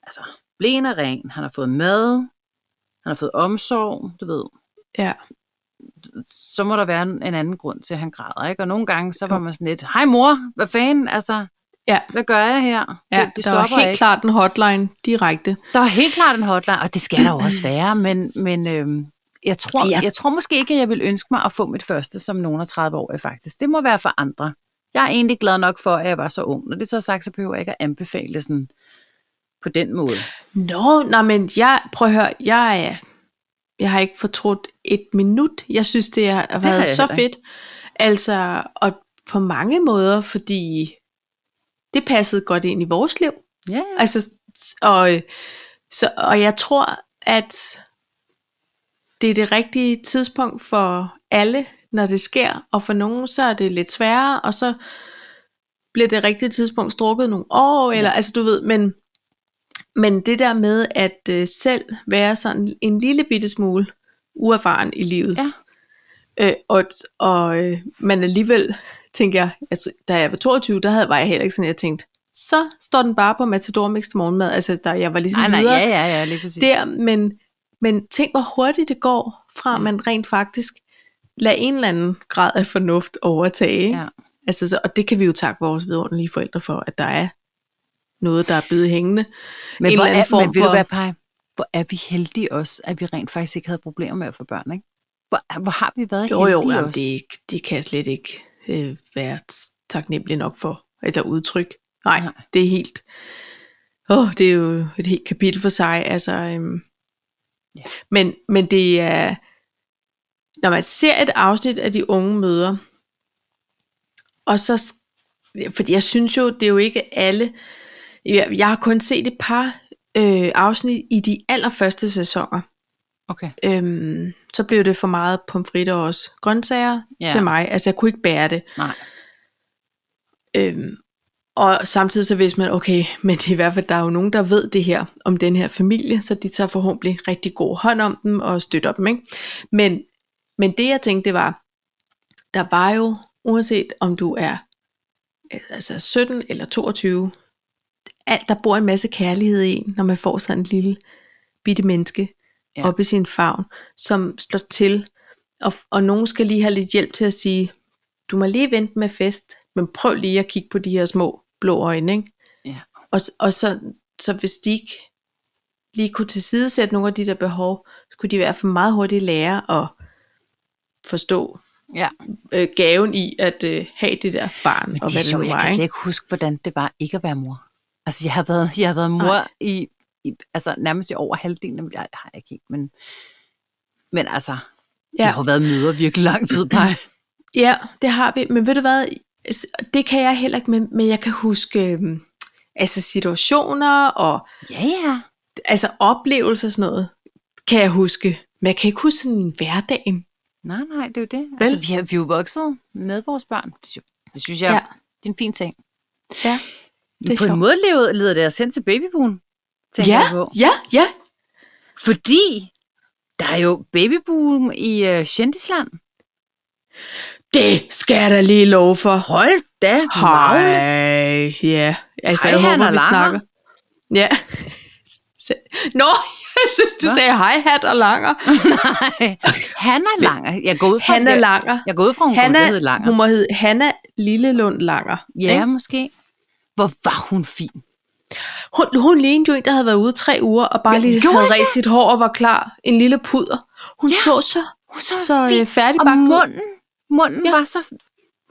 A: altså, blæen er ren, han har fået mad, han har fået omsorg, du ved.
B: ja.
A: Så må der være en en anden grund til, at han græder, ikke? Og nogle gange, så var man sådan lidt, hej mor, hvad fanden, altså,
B: Ja.
A: hvad gør jeg her?
B: ja
A: det, det
B: der var
A: stopper
B: helt
A: ikke.
B: klart en hotline direkte.
A: Der er helt klart en hotline, og det skal der jo [clears throat] også være, men, men øhm, jeg, tror,
B: Ja.
A: ja. jeg tror måske ikke, at jeg vil ønske mig at få mit første som nogen af 30 år faktisk. Det må være for andre. Jeg er egentlig glad nok for, at jeg var så ung. Når det så er sagt, så behøver jeg ikke at anbefale det sådan på den måde.
B: Nå, nej, men jeg, prøv at høre, jeg, er- jeg har ikke fortrudt et minut. Jeg synes, det har været
A: har jeg
B: så
A: heller
B: fedt. Altså, og på mange måder, fordi det passede godt ind i vores liv.
A: Ja, ja.
B: Altså, s- og, øh, så, og jeg tror, at det er det rigtige tidspunkt for alle, når det sker, og for nogen, så er det lidt sværere, og så bliver det rigtige tidspunkt strukket nogle år, eller altså du ved, men, men det der med at øh, selv være sådan en lille bitte smule uerfaren i livet,
A: Ja.
B: øh, og, og øh, man alligevel, tænker jeg, altså, da jeg var 22, der havde, var jeg heller ikke sådan, jeg tænkte, så står den bare på Matador Mix til morgenmad, altså der, jeg var ligesom
A: nej, nej,
B: videre
A: ja, ja, ja, lige præcis.
B: der, men, men tænk, hvor hurtigt det går, fra at man rent faktisk lader en eller anden grad af fornuft overtage. Ikke?
A: Ja.
B: Altså, så, og det kan vi jo takke vores vidunderlige forældre for, at der er noget, der er blevet hængende.
A: Men,
B: en
A: hvor
B: eller anden
A: er,
B: form
A: men vil
B: for-
A: du være pege? Hvor er vi heldige også, at vi rent faktisk ikke havde problemer med at få børn, ikke? Hvor, hvor har vi været
B: Jo, jo,
A: heldige
B: jamen,
A: også?
B: det, er ikke- det kan jeg slet ikke øh, være t- taknemmelig nok for, altså udtryk. Nej,
A: Nej.
B: det er helt, åh, det er jo et helt kapitel for sig, altså, øhm,
A: Ja.
B: men, men det er, når man ser et afsnit af de unge møder, og så, s- fordi jeg synes jo, det er jo ikke alle, jeg, jeg har kun set et par øh, afsnit i de allerførste sæsoner,
A: Okay.
B: øhm, så blev det for meget pomfritter og også grøntsager
A: Ja.
B: ja. til mig. Altså jeg kunne ikke bære det.
A: Nej.
B: Øhm, og samtidig så vidste man, okay, [laughs] men i hvert fald, der er jo nogen, der ved det her om den her familie, så de tager forhåbentlig rigtig god hånd om dem og støtter dem. Ikke? Men, men det jeg tænkte, det var, der var jo, uanset om du er øh, altså 17 eller 22, alt, der bor en masse kærlighed i en, når man får sådan en lille bitte menneske
A: Ja.
B: ja. op i sin favn, som slår til, og, og nogen skal lige have lidt hjælp til at sige, du må lige vente med fest, men prøv lige at kigge på de her små blå øjne, ikke?
A: Ja.
B: Og, s- og så, så hvis de ikke lige kunne tilsidesætte nogle af de der behov, skulle de i hvert fald meget hurtigt lære at forstå
A: Ja.
B: øh, gaven i at øh, have det der barn,
A: Men
B: og
A: det
B: hvad
A: er
B: det nu
A: sjovt, jeg
B: var,
A: kan
B: ikke?
A: slet ikke huske, hvordan det var ikke at være mor. Altså, jeg har været, jeg har været mor
B: Nej.
A: i, i, altså nærmest i over halvdelen af mit jeg har jeg ikke helt, men, men altså, ja. jeg har jo været møder virkelig lang tid, Paj.
B: Ja, det har vi. Men ved du hvad, S- det kan jeg heller ikke, men, men jeg kan huske øhm, altså situationer og
A: [clears throat] Ja, ja.
B: altså oplevelser og sådan noget, kan jeg huske. Men jeg kan ikke huske sådan en hverdagen.
A: Nej, nej, det er jo det. Altså, vi, har, vi er jo vokset med vores børn. Det, sy- det synes jeg,
B: Ja.
A: ja. det er en fin ting.
B: Ja,
A: Men på en
B: sjovt.
A: måde leder, leder det os hen til babybuen, tænker
B: ja,
A: jeg på.
B: ja, ja.
A: Fordi der er jo babyboom i øh, Kjendisland.
B: Det skal jeg da lige love for.
A: Hold da, magle.
B: Hej, ja. Altså,
A: Hej,
B: jeg håber,
A: Hanna
B: vi
A: Langer.
B: snakker. Ja. Se- Nå, jeg synes, du
A: Hva?
B: sagde hej, hat og langer.
A: Nej, Hanna Langer. Jeg går ud fra,
B: Hanna
A: at-
B: Langer.
A: Jeg går ud fra, hun Hanna, kommer til at
B: Hanna,
A: hedde Langer.
B: hun må hedde Hanna Lillelund Langer.
A: ja,
B: ikke?
A: måske. Hvor var hun fin.
B: Hun, hun lignede jo en, der havde været ude tre uger, og bare
A: Ja,
B: lige
A: gjorde
B: havde
A: hun
B: ret sit hår og var klar. En lille puder. Hun ja. så så,
A: Hun så,
B: så
A: fin.
B: øh, færdig
A: Og
B: bagt ud.
A: munden, munden ja. var så,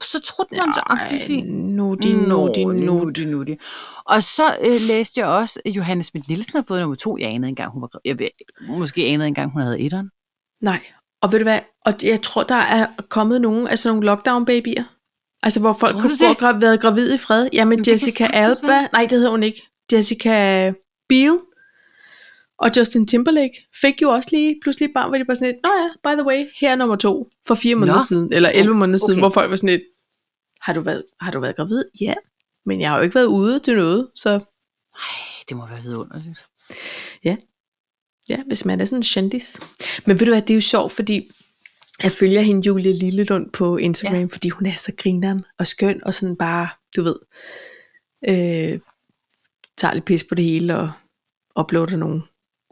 A: så trådte man så
B: Ej,
A: fin. Mm,
B: nutti, nutti, nutti.
A: nutti, nutti. Og så øh, læste jeg også, at Johannes Schmidt Nielsen har fået nummer to. Jeg anede engang, hun var... Jeg ved, måske anede engang, hun havde etteren.
B: Nej, og ved du hvad? Og jeg tror, der er kommet nogen, altså nogle lockdown-babyer. Altså, hvor folk
A: Tror du
B: kunne få
A: det?
B: gra- været gravid i fred.
A: det
B: Jamen, Jamen
A: kan
B: Jessica
A: sagtens
B: Alba,
A: være.
B: nej, det hedder hun ikke. Jessica Biel og Justin Timberlake fik jo også lige pludselig et barn, hvor de var sådan lidt, nå ja, by the way, her er nummer to, for fire måneder siden, eller 11 måneder siden,
A: okay.
B: hvor folk var sådan lidt, har du været, har du været gravid? Ja, men jeg har jo ikke været ude til noget, så
A: Ej, det må være vidunderligt.
B: Ja, hvis man er sådan en shendis. Men ved du hvad, det er jo sjovt, fordi Jeg følger hende Julie Lillelund på Instagram,
A: Ja.
B: ja. fordi hun er så grineren og skøn, og sådan bare, du ved, øh, tager lidt pis på det hele og uploader nogle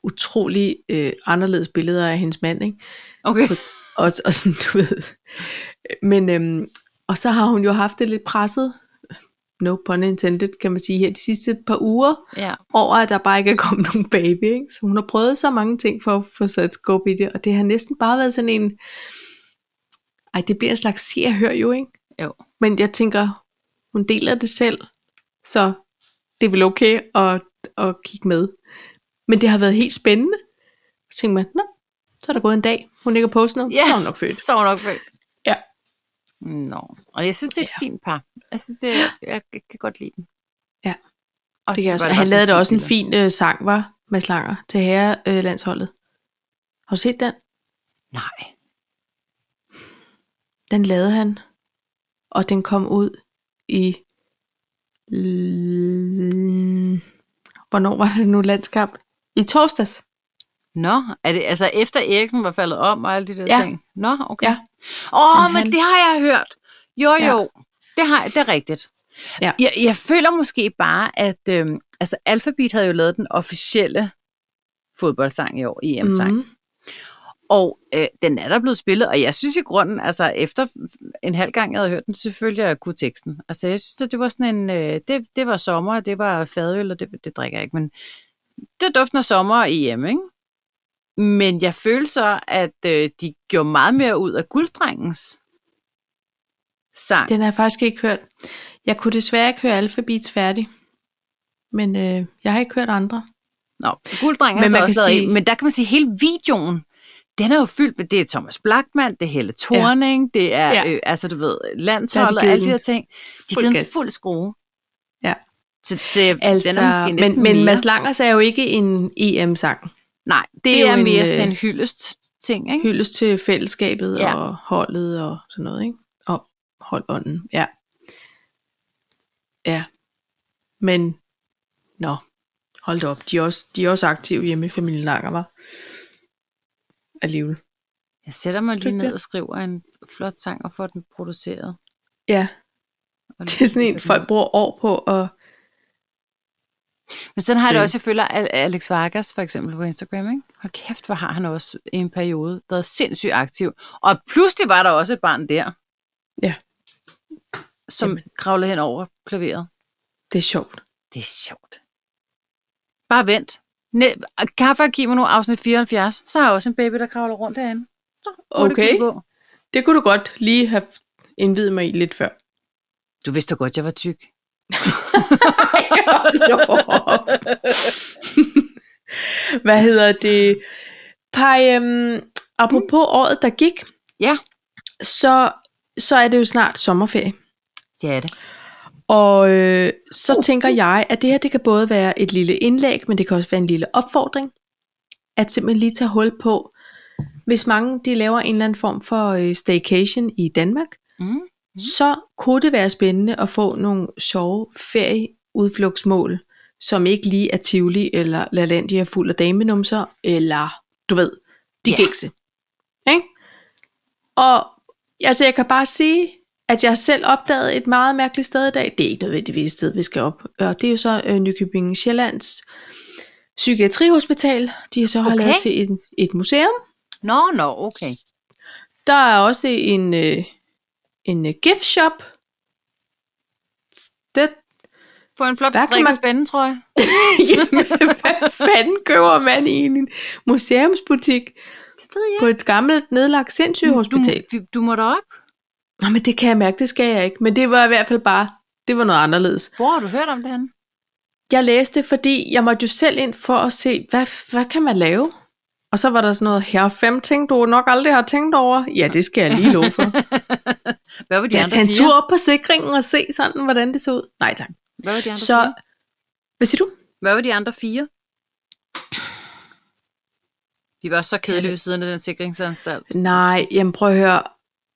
B: utrolig øh, anderledes billeder af hendes mand, ikke?
A: Okay.
B: Og, og sådan, du ved. Men, øhm, og så har hun jo haft det lidt presset, no pun intended, kan man sige, her de sidste par uger,
A: Ja.
B: over at der bare ikke er kommet nogen baby. Ikke? Så hun har prøvet så mange ting for at få sat skub i det, og det har næsten bare været sådan en, ej, det bliver en slags se og hør jo, ikke?
A: Jo.
B: Men jeg tænker, hun deler det selv, så det er vel okay at, at kigge med. Men det har været helt spændende. Så tænker man, nå, så er der gået en dag, hun ikke har postet noget,
A: Ja.
B: så er hun nok født.
A: Så er hun nok født.
B: Ja.
A: Nå. Og jeg synes, det er et ja. fint par. Jeg synes, det jeg kan godt lide dem.
B: Ja.
A: Og
B: Det kan jeg også, han lavede da også en fin øh, sang, var med slanger til herrelandsholdet. har du set den?
A: Nej.
B: Den lavede han, og den kom ud i... l- Hvornår var det nu landskamp? I torsdags.
A: Nå, er det, altså efter Eriksen var faldet om og alle de der
B: Ja.
A: ting? Nå, okay.
B: Ja.
A: Åh,
B: Men
A: men, men
B: han-
A: det har jeg hørt. Jo,
B: Ja.
A: jo, det, har, det er rigtigt.
B: Ja.
A: Jeg, jeg føler måske bare, at øhm, altså Alphabet havde jo lavet den officielle fodboldsang i år, EM-sang. Mm.
B: Mhm.
A: Og øh, den er der blevet spillet, og jeg synes i grunden, altså efter en halv gang, jeg havde hørt den, så følte jeg kunne teksten. Altså jeg synes, at det var sådan en, øh, det, det var sommer, og det var fadøl, og det, det drikker jeg ikke, men det dufter af sommer og EM, ikke? Men jeg følte så, at øh, de gjorde meget mere ud af gulddrengens sang.
B: Den har jeg faktisk ikke hørt. Jeg kunne desværre ikke høre Alphabets færdig. Men øh, jeg har ikke hørt andre.
A: Nå, gulddrengen er
B: Men
A: så
B: man
A: også
B: kan
A: stadig, sige...
B: sige-
A: men der kan man sige, at hele videoen, den er jo fyldt med, det er Thomas Blackman, det er Helle Thorning, ja. det er, ja.
B: Ja.
A: øh, altså du ved, landsholdet og
B: givet
A: alle de
B: den
A: her ting. De har
B: fuld
A: givet en
B: gas.
A: fuld skrue.
B: Ja.
A: Til, til altså,
B: Altså,
A: den er måske næsten
B: men, men
A: mere.
B: Mads Langers er jo ikke en E EM-sang.
A: Nej, det, det
B: er
A: er,
B: jo en,
A: mere sådan
B: øh,
A: en hyldest ting, ikke?
B: Hyldes til fællesskabet
A: Ja.
B: ja. og holdet og sådan noget, ikke? Og hold ånden, ja. Ja. Men, nå, hold da op. De er også, de er også aktive hjemme i familien Langer, var. Alligevel.
A: Jeg sætter mig lige
B: Synes
A: ned
B: det.
A: og skriver en flot sang og får den produceret.
B: Ja,
A: Og
B: det er sådan en, folk bruger år på at...
A: Men sådan har jeg det
B: Spændende.
A: også, jeg føler, at Alex Vargas for eksempel på Instagram, ikke? Hold kæft, hvor har han også i en periode været sindssygt aktiv. Og pludselig var der også et barn der.
B: Ja.
A: Som Jamen. kravlede hen over klaveret.
B: Det er sjovt.
A: Det er sjovt. Bare vent. Ne- Kaffe og kimono afsnit 74. Så har jeg også en baby, der kravler rundt herinde. Så hurtigt kan
B: Okay.
A: det gå.
B: Det kunne du godt lige have indvidet mig i lidt før.
A: Du vidste da godt, jeg var tyk.
B: Hvad hedder det? Pej, øhm, apropos mm. året, der gik,
A: Ja.
B: så, så er det jo snart sommerferie.
A: Det er det.
B: Og øh, så tænker jeg, at det her det kan både være et lille indlæg, men det kan også være en lille opfordring, at simpelthen lige tage hul på, hvis mange de laver en eller anden form for øh, staycation i Danmark,
A: Mm.
B: så kunne det være spændende at få nogle sjove ferieudflugtsmål, som ikke lige er Tivoli eller LaLandia fuld af damenumser, eller du ved, de
A: Ja.
B: yeah. gækse. Ikke? Og altså, jeg kan bare sige, at jeg selv opdagede et meget mærkeligt sted i dag. Det er ikke nødvendigvis et sted, vi skal op. Og det er jo så øh, Nykøbing Sjællands Psykiatrihospital. De har så har
A: Okay.
B: lavet til et, et museum.
A: Nå, nå, okay.
B: Der er også en, øh, en øh, gift shop. Det, [laughs]
A: Få en flot
B: Hvad kan
A: strik man...
B: man-
A: spænde, tror jeg.
B: Jamen, [laughs] hvad fanden køber man i en museumsbutik
A: Det ved jeg
B: på et gammelt nedlagt sindssygehospital?
A: Du, du, du må da op.
B: Nå, men det kan jeg mærke, det skal jeg ikke. Men det var i hvert fald bare, det var noget anderledes.
A: Hvor har du hørt om det henne?
B: Jeg læste, fordi jeg måtte jo selv ind for at se, hvad, hvad kan man lave? Og så var der sådan noget, her er fem ting, du nok aldrig har tænkt over. Ja, det skal jeg lige [laughs] love for.
A: Hvad var de
B: Lad os
A: andre
B: tage en
A: fire?
B: tur op på sikringen og se sådan, hvordan det så ud. Nej tak.
A: Hvad var de andre
B: Så,
A: fire?
B: hvad siger du?
A: Hvad var de andre fire? De var også så kedelige ved siden af den sikringsanstalt.
B: Nej, jamen prøv at høre.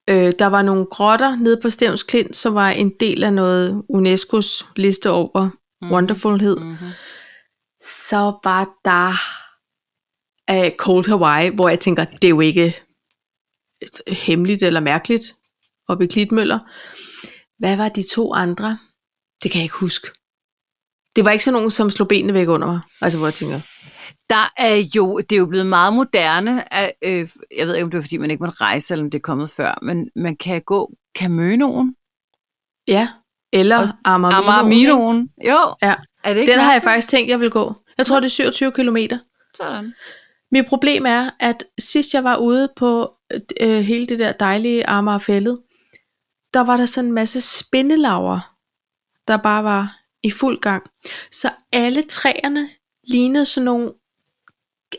B: Øh, der var nogle grotter nede på Stevns Klint, som var en del af noget UNESCO's liste over mm. wonderfulhed. Mm.
A: Mm-hmm.
B: Så øh, var der uh, Cold Hawaii, hvor jeg tænker, det er jo ikke hemmeligt eller mærkeligt oppe i Klitmøller. Hvad var de to andre? Det kan jeg ikke huske. Det var ikke sådan nogen, som slog benene væk under mig. Altså, hvor jeg tænker,
A: Der er jo, det er jo blevet meget moderne. At, øh, jeg ved ikke, om det var, fordi man ikke måtte rejse, eller om det er kommet før, men man kan gå Camønoen.
B: ja. Eller
A: Og-
B: Amager Mino.
A: Amarminoen. Jo.
B: Ja.
A: Er det ikke
B: Den har jeg faktisk tænkt, jeg vil gå. Jeg tror, det er 27 kilometer.
A: Sådan.
B: Mit problem er, at sidst jeg var ude på øh, hele det der dejlige Amagerfællet, der var der sådan en masse spindelaver, der bare var i fuld gang. Så alle træerne lignede sådan nogle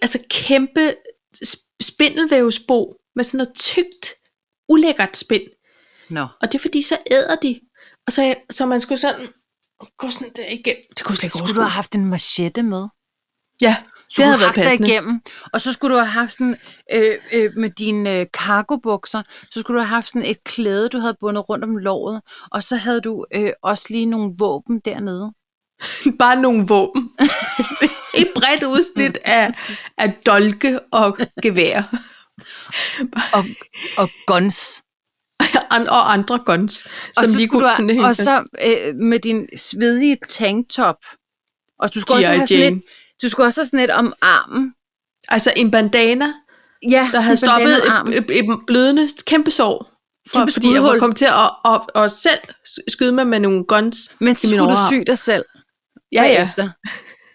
B: altså kæmpe sp- spindelvævsbo med sådan noget tykt, ulækkert spind.
A: Nå.
B: Og det er fordi, så æder de. Og så, så man skulle sådan gå sådan der igennem. Det kunne jeg slet ikke
A: Skulle du have
B: overskue.
A: haft en machette med?
B: Ja,
A: Så det
B: havde
A: havde
B: været
A: været dig
B: passende.
A: igennem, og så skulle du have haft sådan, øh, øh, med dine øh, cargobukser, så skulle du have haft sådan et klæde, du havde bundet rundt om låret, og så havde du øh, også lige nogle våben dernede.
B: bare nogle
A: [laughs]
B: våben. Et bredt udsnit af, af dolke og gevær.
A: Og, og guns.
B: An- og andre guns, som
A: og så
B: lige
A: skulle
B: kunne
A: du
B: sådan
A: have, og så øh, med din svedige tanktop. Og du skulle også have sådan
B: Jane.
A: lidt, du skulle også have sådan lidt om armen.
B: Altså en bandana,
A: Ja,
B: der havde stoppet et, et, et blødende kæmpe sår. Fra,
A: Kæmpe
B: fordi jeg var
A: skudhul.
B: kommet til at, at, at selv skyde mig med nogle guns.
A: Men
B: i
A: så
B: min
A: skulle du
B: overarm.
A: sy dig selv
B: Ja, ja.
A: bagefter.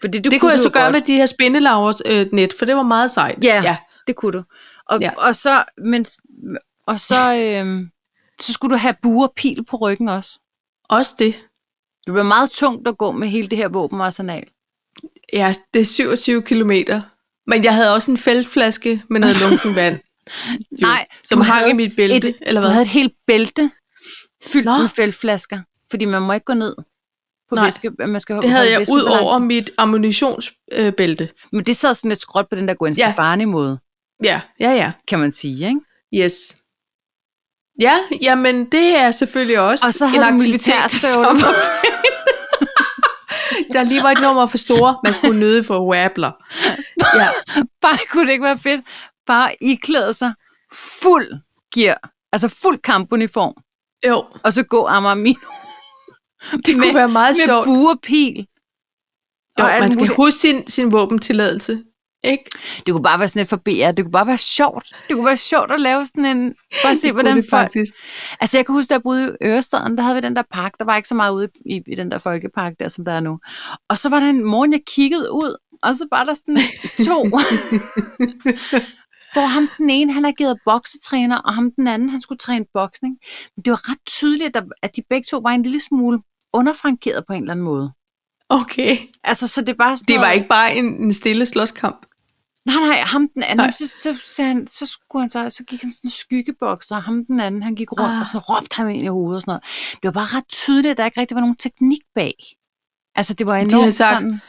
A: Fordi det,
B: Det kunne
A: kunne
B: jeg
A: du
B: så
A: jo
B: gøre
A: godt.
B: med de her spindelavers øh, net, for det var meget sejt.
A: Ja.
B: ja.
A: Det kunne du. Og,
B: Ja.
A: ja. og så, men, og så, øh, så skulle du have bue og pil på ryggen også.
B: Også det.
A: Det bliver meget tungt at gå med hele det her våbenarsenal.
B: Ja, det er 27 kilometer. Men jeg havde også en feltflaske med noget lunken
A: [laughs]
B: vand. Jo,
A: Nej,
B: som
A: du
B: hang
A: havde
B: i mit bælte, et, eller
A: du
B: hvad?
A: havde et helt bælte fyldt
B: Nå.
A: Nå. med fældflasker, fordi man må ikke gå ned på
B: Nej,
A: væske. Man skal
B: Det havde
A: holde
B: jeg ud
A: væskebalancen.
B: over mit ammunitionsbælte.
A: Men det sad sådan lidt skråt på den der Gwen
B: Ja.
A: Stefani-måde,
B: Ja, ja, ja.
A: kan man sige, ikke?
B: Yes. Ja, jamen det er selvfølgelig også
A: Og så
B: en
A: havde du
B: aktivitet
A: militærstøvler.
B: som var fedt. [laughs] Der lige var et nummer for store. Man skulle nøde for wabler. Ja,
A: Bare [laughs] kunne det ikke være fedt. Bare iklæde sig fuld gear, altså fuld kampuniform, [laughs]
B: jo.
A: og så gå Amager Mino
B: Det kunne
A: Med-
B: være meget
A: med
B: sjovt.
A: bue og pil.
B: Jo,
A: alt
B: man skal
A: muligt.
B: huske sin, sin våbentilladelse. Ikke?
A: Det kunne bare være sådan et for BR. Det kunne bare være sjovt. Det kunne være sjovt at lave sådan en... Bare se,
B: Kunne
A: hvordan
B: det
A: folk...
B: faktisk.
A: Altså, jeg kan huske, da jeg boede i Ørestaden, der havde vi den der park. Der var ikke så meget ude i, i den der folkepark der, som der er nu. Og så var der en morgen, jeg kiggede ud, og så var der sådan to. [laughs] hvor ham den ene, han agerede boksetræner, og ham den anden, han skulle træne boksning. Men det var ret tydeligt, at, der, at de begge to var en lille smule underfrankeret på en eller anden måde.
B: Okay.
A: Altså, så det var sådan
B: Det var
A: noget-
B: ikke bare en, en stille slåskamp.
A: Nej, nej, ham den anden,
B: Nej.
A: så, så, så, han, så, skulle han så, så gik han sådan en skyggebokser, og ham den anden, han gik rundt
B: Ah.
A: ah. og sådan råbte ham ind i hovedet og sådan noget. Det var bare ret tydeligt, at der ikke rigtig var nogen teknik bag. Altså, det var
B: havde
A: enormt
B: sagt-
A: sådan,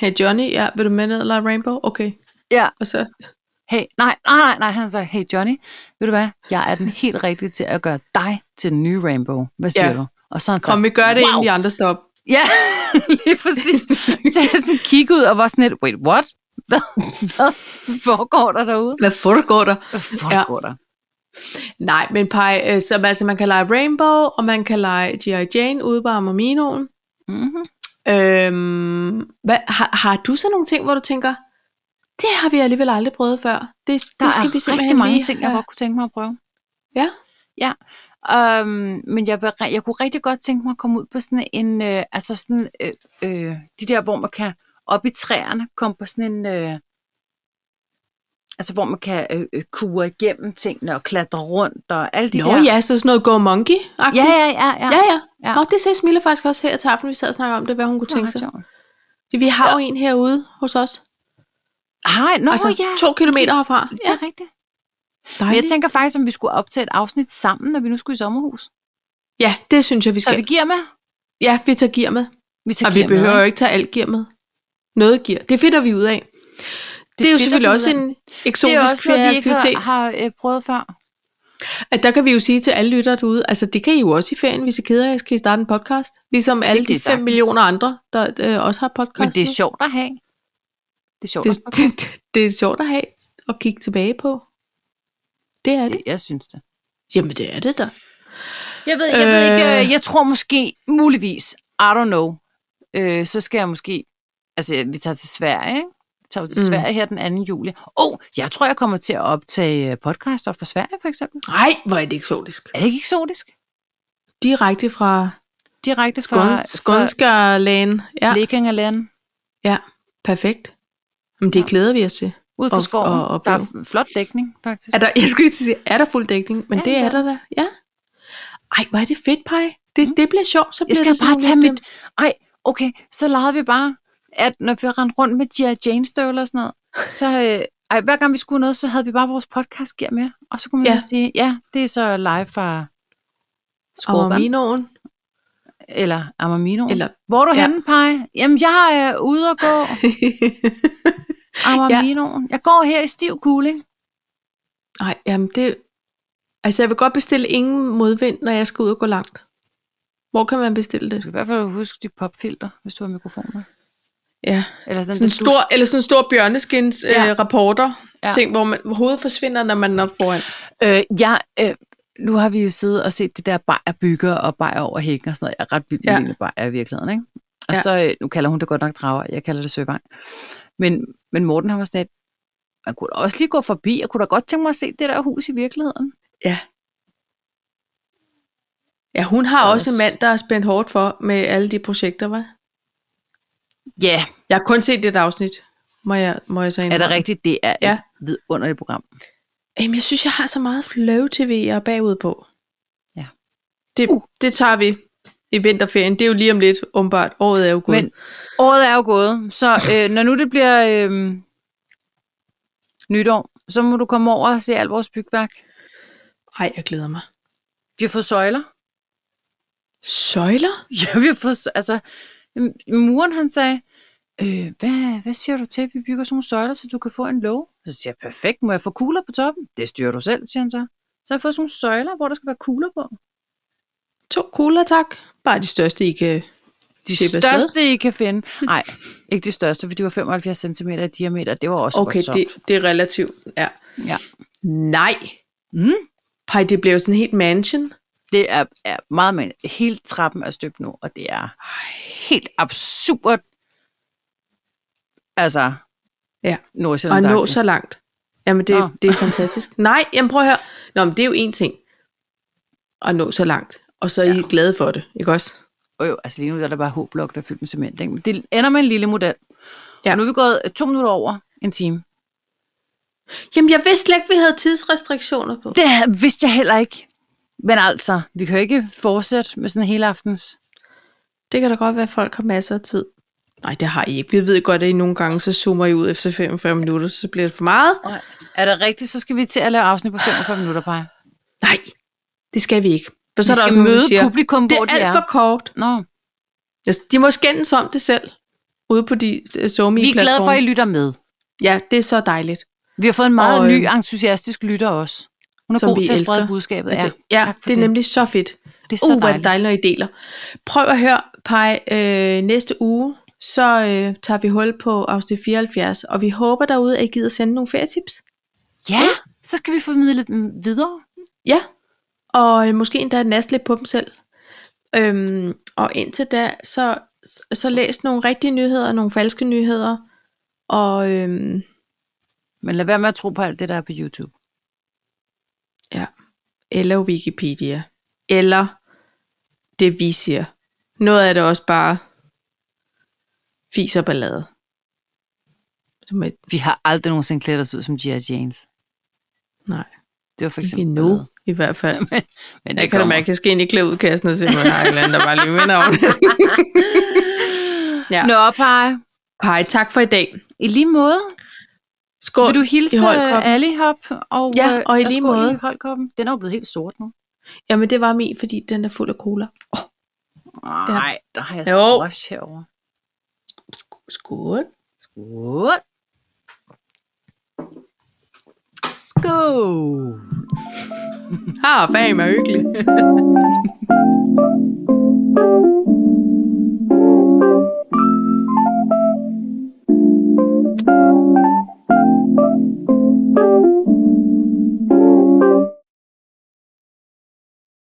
B: Hey Johnny, ja, vil du med ned eller Rainbow? Okay.
A: Ja.
B: Og så,
A: hey, nej, nej, nej, nej, han sagde, hey Johnny, ved du hvad, jeg er den helt rigtige til at gøre dig til den nye Rainbow. Hvad siger
B: Ja.
A: du? Og så han
B: kom, vi gør det,
A: wow.
B: wow. inden de andre står op.
A: Ja, [laughs] lige præcis. Så jeg sådan kiggede ud og var sådan lidt, wait, what? Hvad, hvad foregår der derude?
B: Hvad foregår der?
A: Hvad foregår ja. der?
B: Nej, men pej, øh, så altså, man kan lege Rainbow, og man kan lege G.I. Jane ude på Amaminoen.
A: Mm-hmm.
B: Øhm, hvad, har, har du så nogle ting, hvor du tænker, det har vi alligevel aldrig prøvet før. Det,
A: Der
B: det
A: skal
B: skal
A: er
B: vi simpelthen
A: rigtig mange
B: lige
A: ting, jeg
B: have."
A: godt kunne tænke mig at prøve.
B: Ja.
A: Ja. Øhm, men jeg, vil, re- jeg kunne rigtig godt tænke mig at komme ud på sådan en, øh, altså sådan, øh, øh, de der, hvor man kan op i træerne, komme på sådan en, øh, altså hvor man kan øh, øh, kure igennem tingene og klatre rundt og alle de
B: Nå
A: der.
B: ja, så sådan noget Go Monkey-agtigt.
A: ja, ja, ja. ja.
B: ja, ja.
A: Ja.
B: Nå, det sagde Smilla faktisk også her til aften, vi sad og snakkede om det, hvad hun kunne
A: Det var
B: tænke
A: ret
B: sig.
A: sjovt.
B: Vi har jo en herude hos os.
A: Hej, nå
B: altså,
A: ja.
B: to kilometer herfra.
A: Ja, det er rigtigt. Men jeg
B: tænker,
A: tænker faktisk, om vi skulle optage et afsnit sammen, når vi nu skulle i sommerhus.
B: ja, det synes jeg, vi
A: Så
B: skal.
A: vi
B: Vi...
A: giver med.
B: Ja, vi tager gear med.
A: Vi,
B: og vi behøver jo ikke tage alt gear med. Noget gear. Det finder vi ud af. Det, det er
A: finder
B: jo selvfølgelig
A: vi
B: også
A: ud af.
B: en
A: Det er
B: eksotisk
A: også noget, vi ikke
B: ferieaktivitet.
A: har, har øh, prøvet før.
B: At der kan vi jo sige til alle lyttere derude, altså det kan I jo også i ferien, hvis I keder jer, skal I starte en podcast. Ligesom alle
A: kan
B: de
A: I
B: 5
A: sagtens.
B: millioner andre, der øh, også har podcast.
A: Men det
B: nu.
A: er sjovt at have. Det er sjovt.
B: [laughs] det, det, det er sjovt at have at kigge tilbage på. Det er det.
A: Jeg, jeg synes det.
B: Jamen, det er det da.
A: Jeg ved, jeg ved ikke,
B: Øh.
A: øh, jeg tror måske, muligvis, I don't know, øh, så skal jeg måske, altså vi tager til Sverige, ikke? Vi tager jo til
B: Mm.
A: mm. Sverige her den 2. juli. Åh, oh, jeg tror, jeg kommer til at optage øh, podcaster fra Sverige, for eksempel.
B: Nej, hvor er det eksotisk.
A: Er det ikke eksotisk?
B: Direkte fra
A: Direkte fra,
B: Skåns, Skånskerlægen. Ja,
A: fra Lekingerland,
B: ja, perfekt. Men det
A: Ja.
B: glæder vi os til.
A: ud fra
B: Og-
A: skoven.
B: og
A: der
B: opleve.
A: er f- flot dækning, faktisk.
B: Er der, jeg skulle lige til at sige, er der fuld dækning? Men
A: Ja,
B: ja, det
A: ja.
B: er der da, ja. Ej, hvor er det fedt, Paj. Det,
A: Mm.
B: det bliver sjovt, så bliver
A: Jeg skal
B: det sådan
A: bare
B: nogle
A: tage
B: lidt,
A: mit... Ej, okay, så legede vi bare, at når vi rendte rundt med G.I. Jane støvler og sådan noget, så... Øh, ej, hver gang vi skulle noget, så havde vi bare vores podcast gear med. Og så kunne man
B: Ja.
A: ja. sige, ja, det er så live fra
B: øhm,
A: Skorgan.
B: Amaminoen,
A: Eller Amamino.
B: eller [laughs]
A: Hvor er du
B: ja.
A: ja. henne, Paj? Jamen, jeg er øh, ude
B: [laughs]
A: og gå Amaminoen. Jeg går her i stiv kuling.
B: Nej, jamen det... Altså, jeg vil godt bestille ingen modvind, når jeg skal ud og gå langt. Hvor kan man bestille
A: Du
B: det?
A: skal i hvert fald huske de popfilter, hvis du har mikrofon med.
B: Ja,
A: Eller sådan,
B: sådan en
A: den, du-
B: stor, eller sådan en stor bjørneskins ja.
A: Ja.
B: øh, rapporter. Ja.
A: Ja.
B: Ting, hvor, man, hvor hovedet forsvinder, når man er foran.
A: Øh, jeg, øh, nu har vi jo siddet og set det der bajer bygger og bajer over hækken og sådan noget. Jeg er ret vild med
B: Ja.
A: ja. lille bajer i virkeligheden, ikke? Og
B: Ja.
A: ja. så, øh, nu kalder hun det godt nok drager, jeg kalder det søvang. Men, men Morten har var sådan, at man kunne da også lige gå forbi, jeg kunne da godt tænke mig at se det der hus i virkeligheden.
B: Ja, hun har
A: Og-
B: også en mand, der er spændt hårdt for med alle de projekter, var.
A: Ja,
B: Jeg har kun set det afsnit, må jeg, må jeg så
A: er det
B: indrømme.
A: rigtigt? Det er
B: Ja.
A: ja. et vidunderligt program.
B: Jamen, jeg synes, jeg har så meget flow-tv, jeg er bagud på.
A: Ja.
B: Det, uh.
A: Uh.
B: det tager vi i vinterferien. Det er jo lige om lidt, åbenbart. Året er jo gået.
A: Men året er jo gået, så øh, når nu det bliver øh, nytår, så må du komme over og se alt vores bygværk.
B: Ej, jeg glæder mig.
A: Vi har fået søjler.
B: Søjler?
A: [laughs] Ja, vi har fået, s- altså, m- muren han sagde, øh, hvad, hvad siger du til, at vi bygger sådan nogle søjler, så du kan få en låge? Så siger jeg, perfekt, må jeg få kugler på toppen? Det styrer du selv, siger han så. Så har jeg fået sådan nogle søjler, hvor der skal være kugler på.
B: To kugler, tak. Bare de største, I kan...
A: De
B: Slip afsted.
A: største, I kan finde. Nej, ikke de største, for de var 75 cm i diameter. Det var også
B: Okay, det, det er relativt, ja.
A: Ja.
B: Nej.
A: Mm,
B: Pej, det blev jo sådan helt mansion.
A: det er, er meget men Hele trappen er støbt nu, og det er helt absurd. Altså,
B: Ja. Og
A: Nordsjælland.
B: at nå så langt. Jamen, det,
A: Nå.
B: det er fantastisk. [laughs] Nej, jamen prøv at høre. Nå, men det er jo én ting. At nå så langt. Og så er ja. I glade for det, ikke også?
A: Og jo, altså lige nu er der bare H-blok, der er fyldt med cement. Ikke? Men det ender med en lille model.
B: Ja.
A: Ja. Og nu er vi gået øh, to minutter over en time.
B: Jamen, jeg vidste slet ikke, vi havde tidsrestriktioner på.
A: Det her vidste jeg heller ikke. Men altså, vi kan jo ikke fortsætte med sådan en hele aftens.
B: Det kan da godt være, at folk har masser af tid. Nej, det har I ikke. Vi ved godt, at I nogle gange, så zoomer I ud efter 45 minutter, så bliver det for meget.
A: Er det rigtigt, så skal vi til at lave afsnit på 45 minutter, Paj.
B: Nej, det skal vi ikke. For
A: Så vi
B: så er der
A: skal
B: også nogen, der
A: møde
B: siger,
A: publikum,
B: det
A: hvor
B: er
A: de
B: alt
A: er.
B: for kort.
A: Nå.
B: Altså, de må skændes om det selv, ude på de øh, somi
A: Vi er glade for, at I lytter med.
B: Ja, det er så dejligt.
A: Vi har fået en meget
B: Og,
A: og, ny,
B: øhm,
A: entusiastisk lytter også. Hun er
B: som
A: god
B: vi
A: til at sprede
B: elsker.
A: budskabet.
B: At
A: Ja,
B: det, ja
A: tak for
B: det er
A: det.
B: nemlig så fedt.
A: det er så
B: Uh, hvor er
A: dejligt.
B: det dejligt, når I deler. Prøv at høre, Paj, øh, næste uge, så øh, tager vi hul på afsnit 74, og vi håber derude, at I gider sende nogle ferietips.
A: Ja, så skal vi formidle dem videre.
B: Ja, og øh, måske endda næste lidt på dem selv. Øhm, og indtil da, så, så- så læs nogle rigtige nyheder, nogle falske nyheder, og øhm,
A: Men lad være med at tro på alt det, der er på YouTube.
B: eller Wikipedia, eller det vi siger. Noget af det er også bare fis og ballade. Som et,
A: Vi har aldrig nogensinde klædt os ud som G.I. Janes.
B: nej,
A: Det var for
B: ikke
A: eksempel
B: endnu i hvert fald.
A: Men
B: Jeg kan da mærke, at jeg skal ind i klæudkassen og se, om jeg har et eller andet, der bare lige minder om det. ja.
A: Nå, Paj.
B: Hej, tak for i dag.
A: I lige måde.
B: Skål.
A: Vil du hilse
B: i holdkoppen.
A: Alihop? Og,
B: Ja,
A: øh,
B: og i lige
A: skål
B: måde.
A: I holdkoppen. Den er jo blevet helt sort nu.
B: Jamen, det var min, fordi den er fuld af cola.
A: Nej, ja. der har jeg
B: Jo.
A: squash herovre.
B: Skål.
A: Skål. Skål.
B: Har fag mig hyggelig.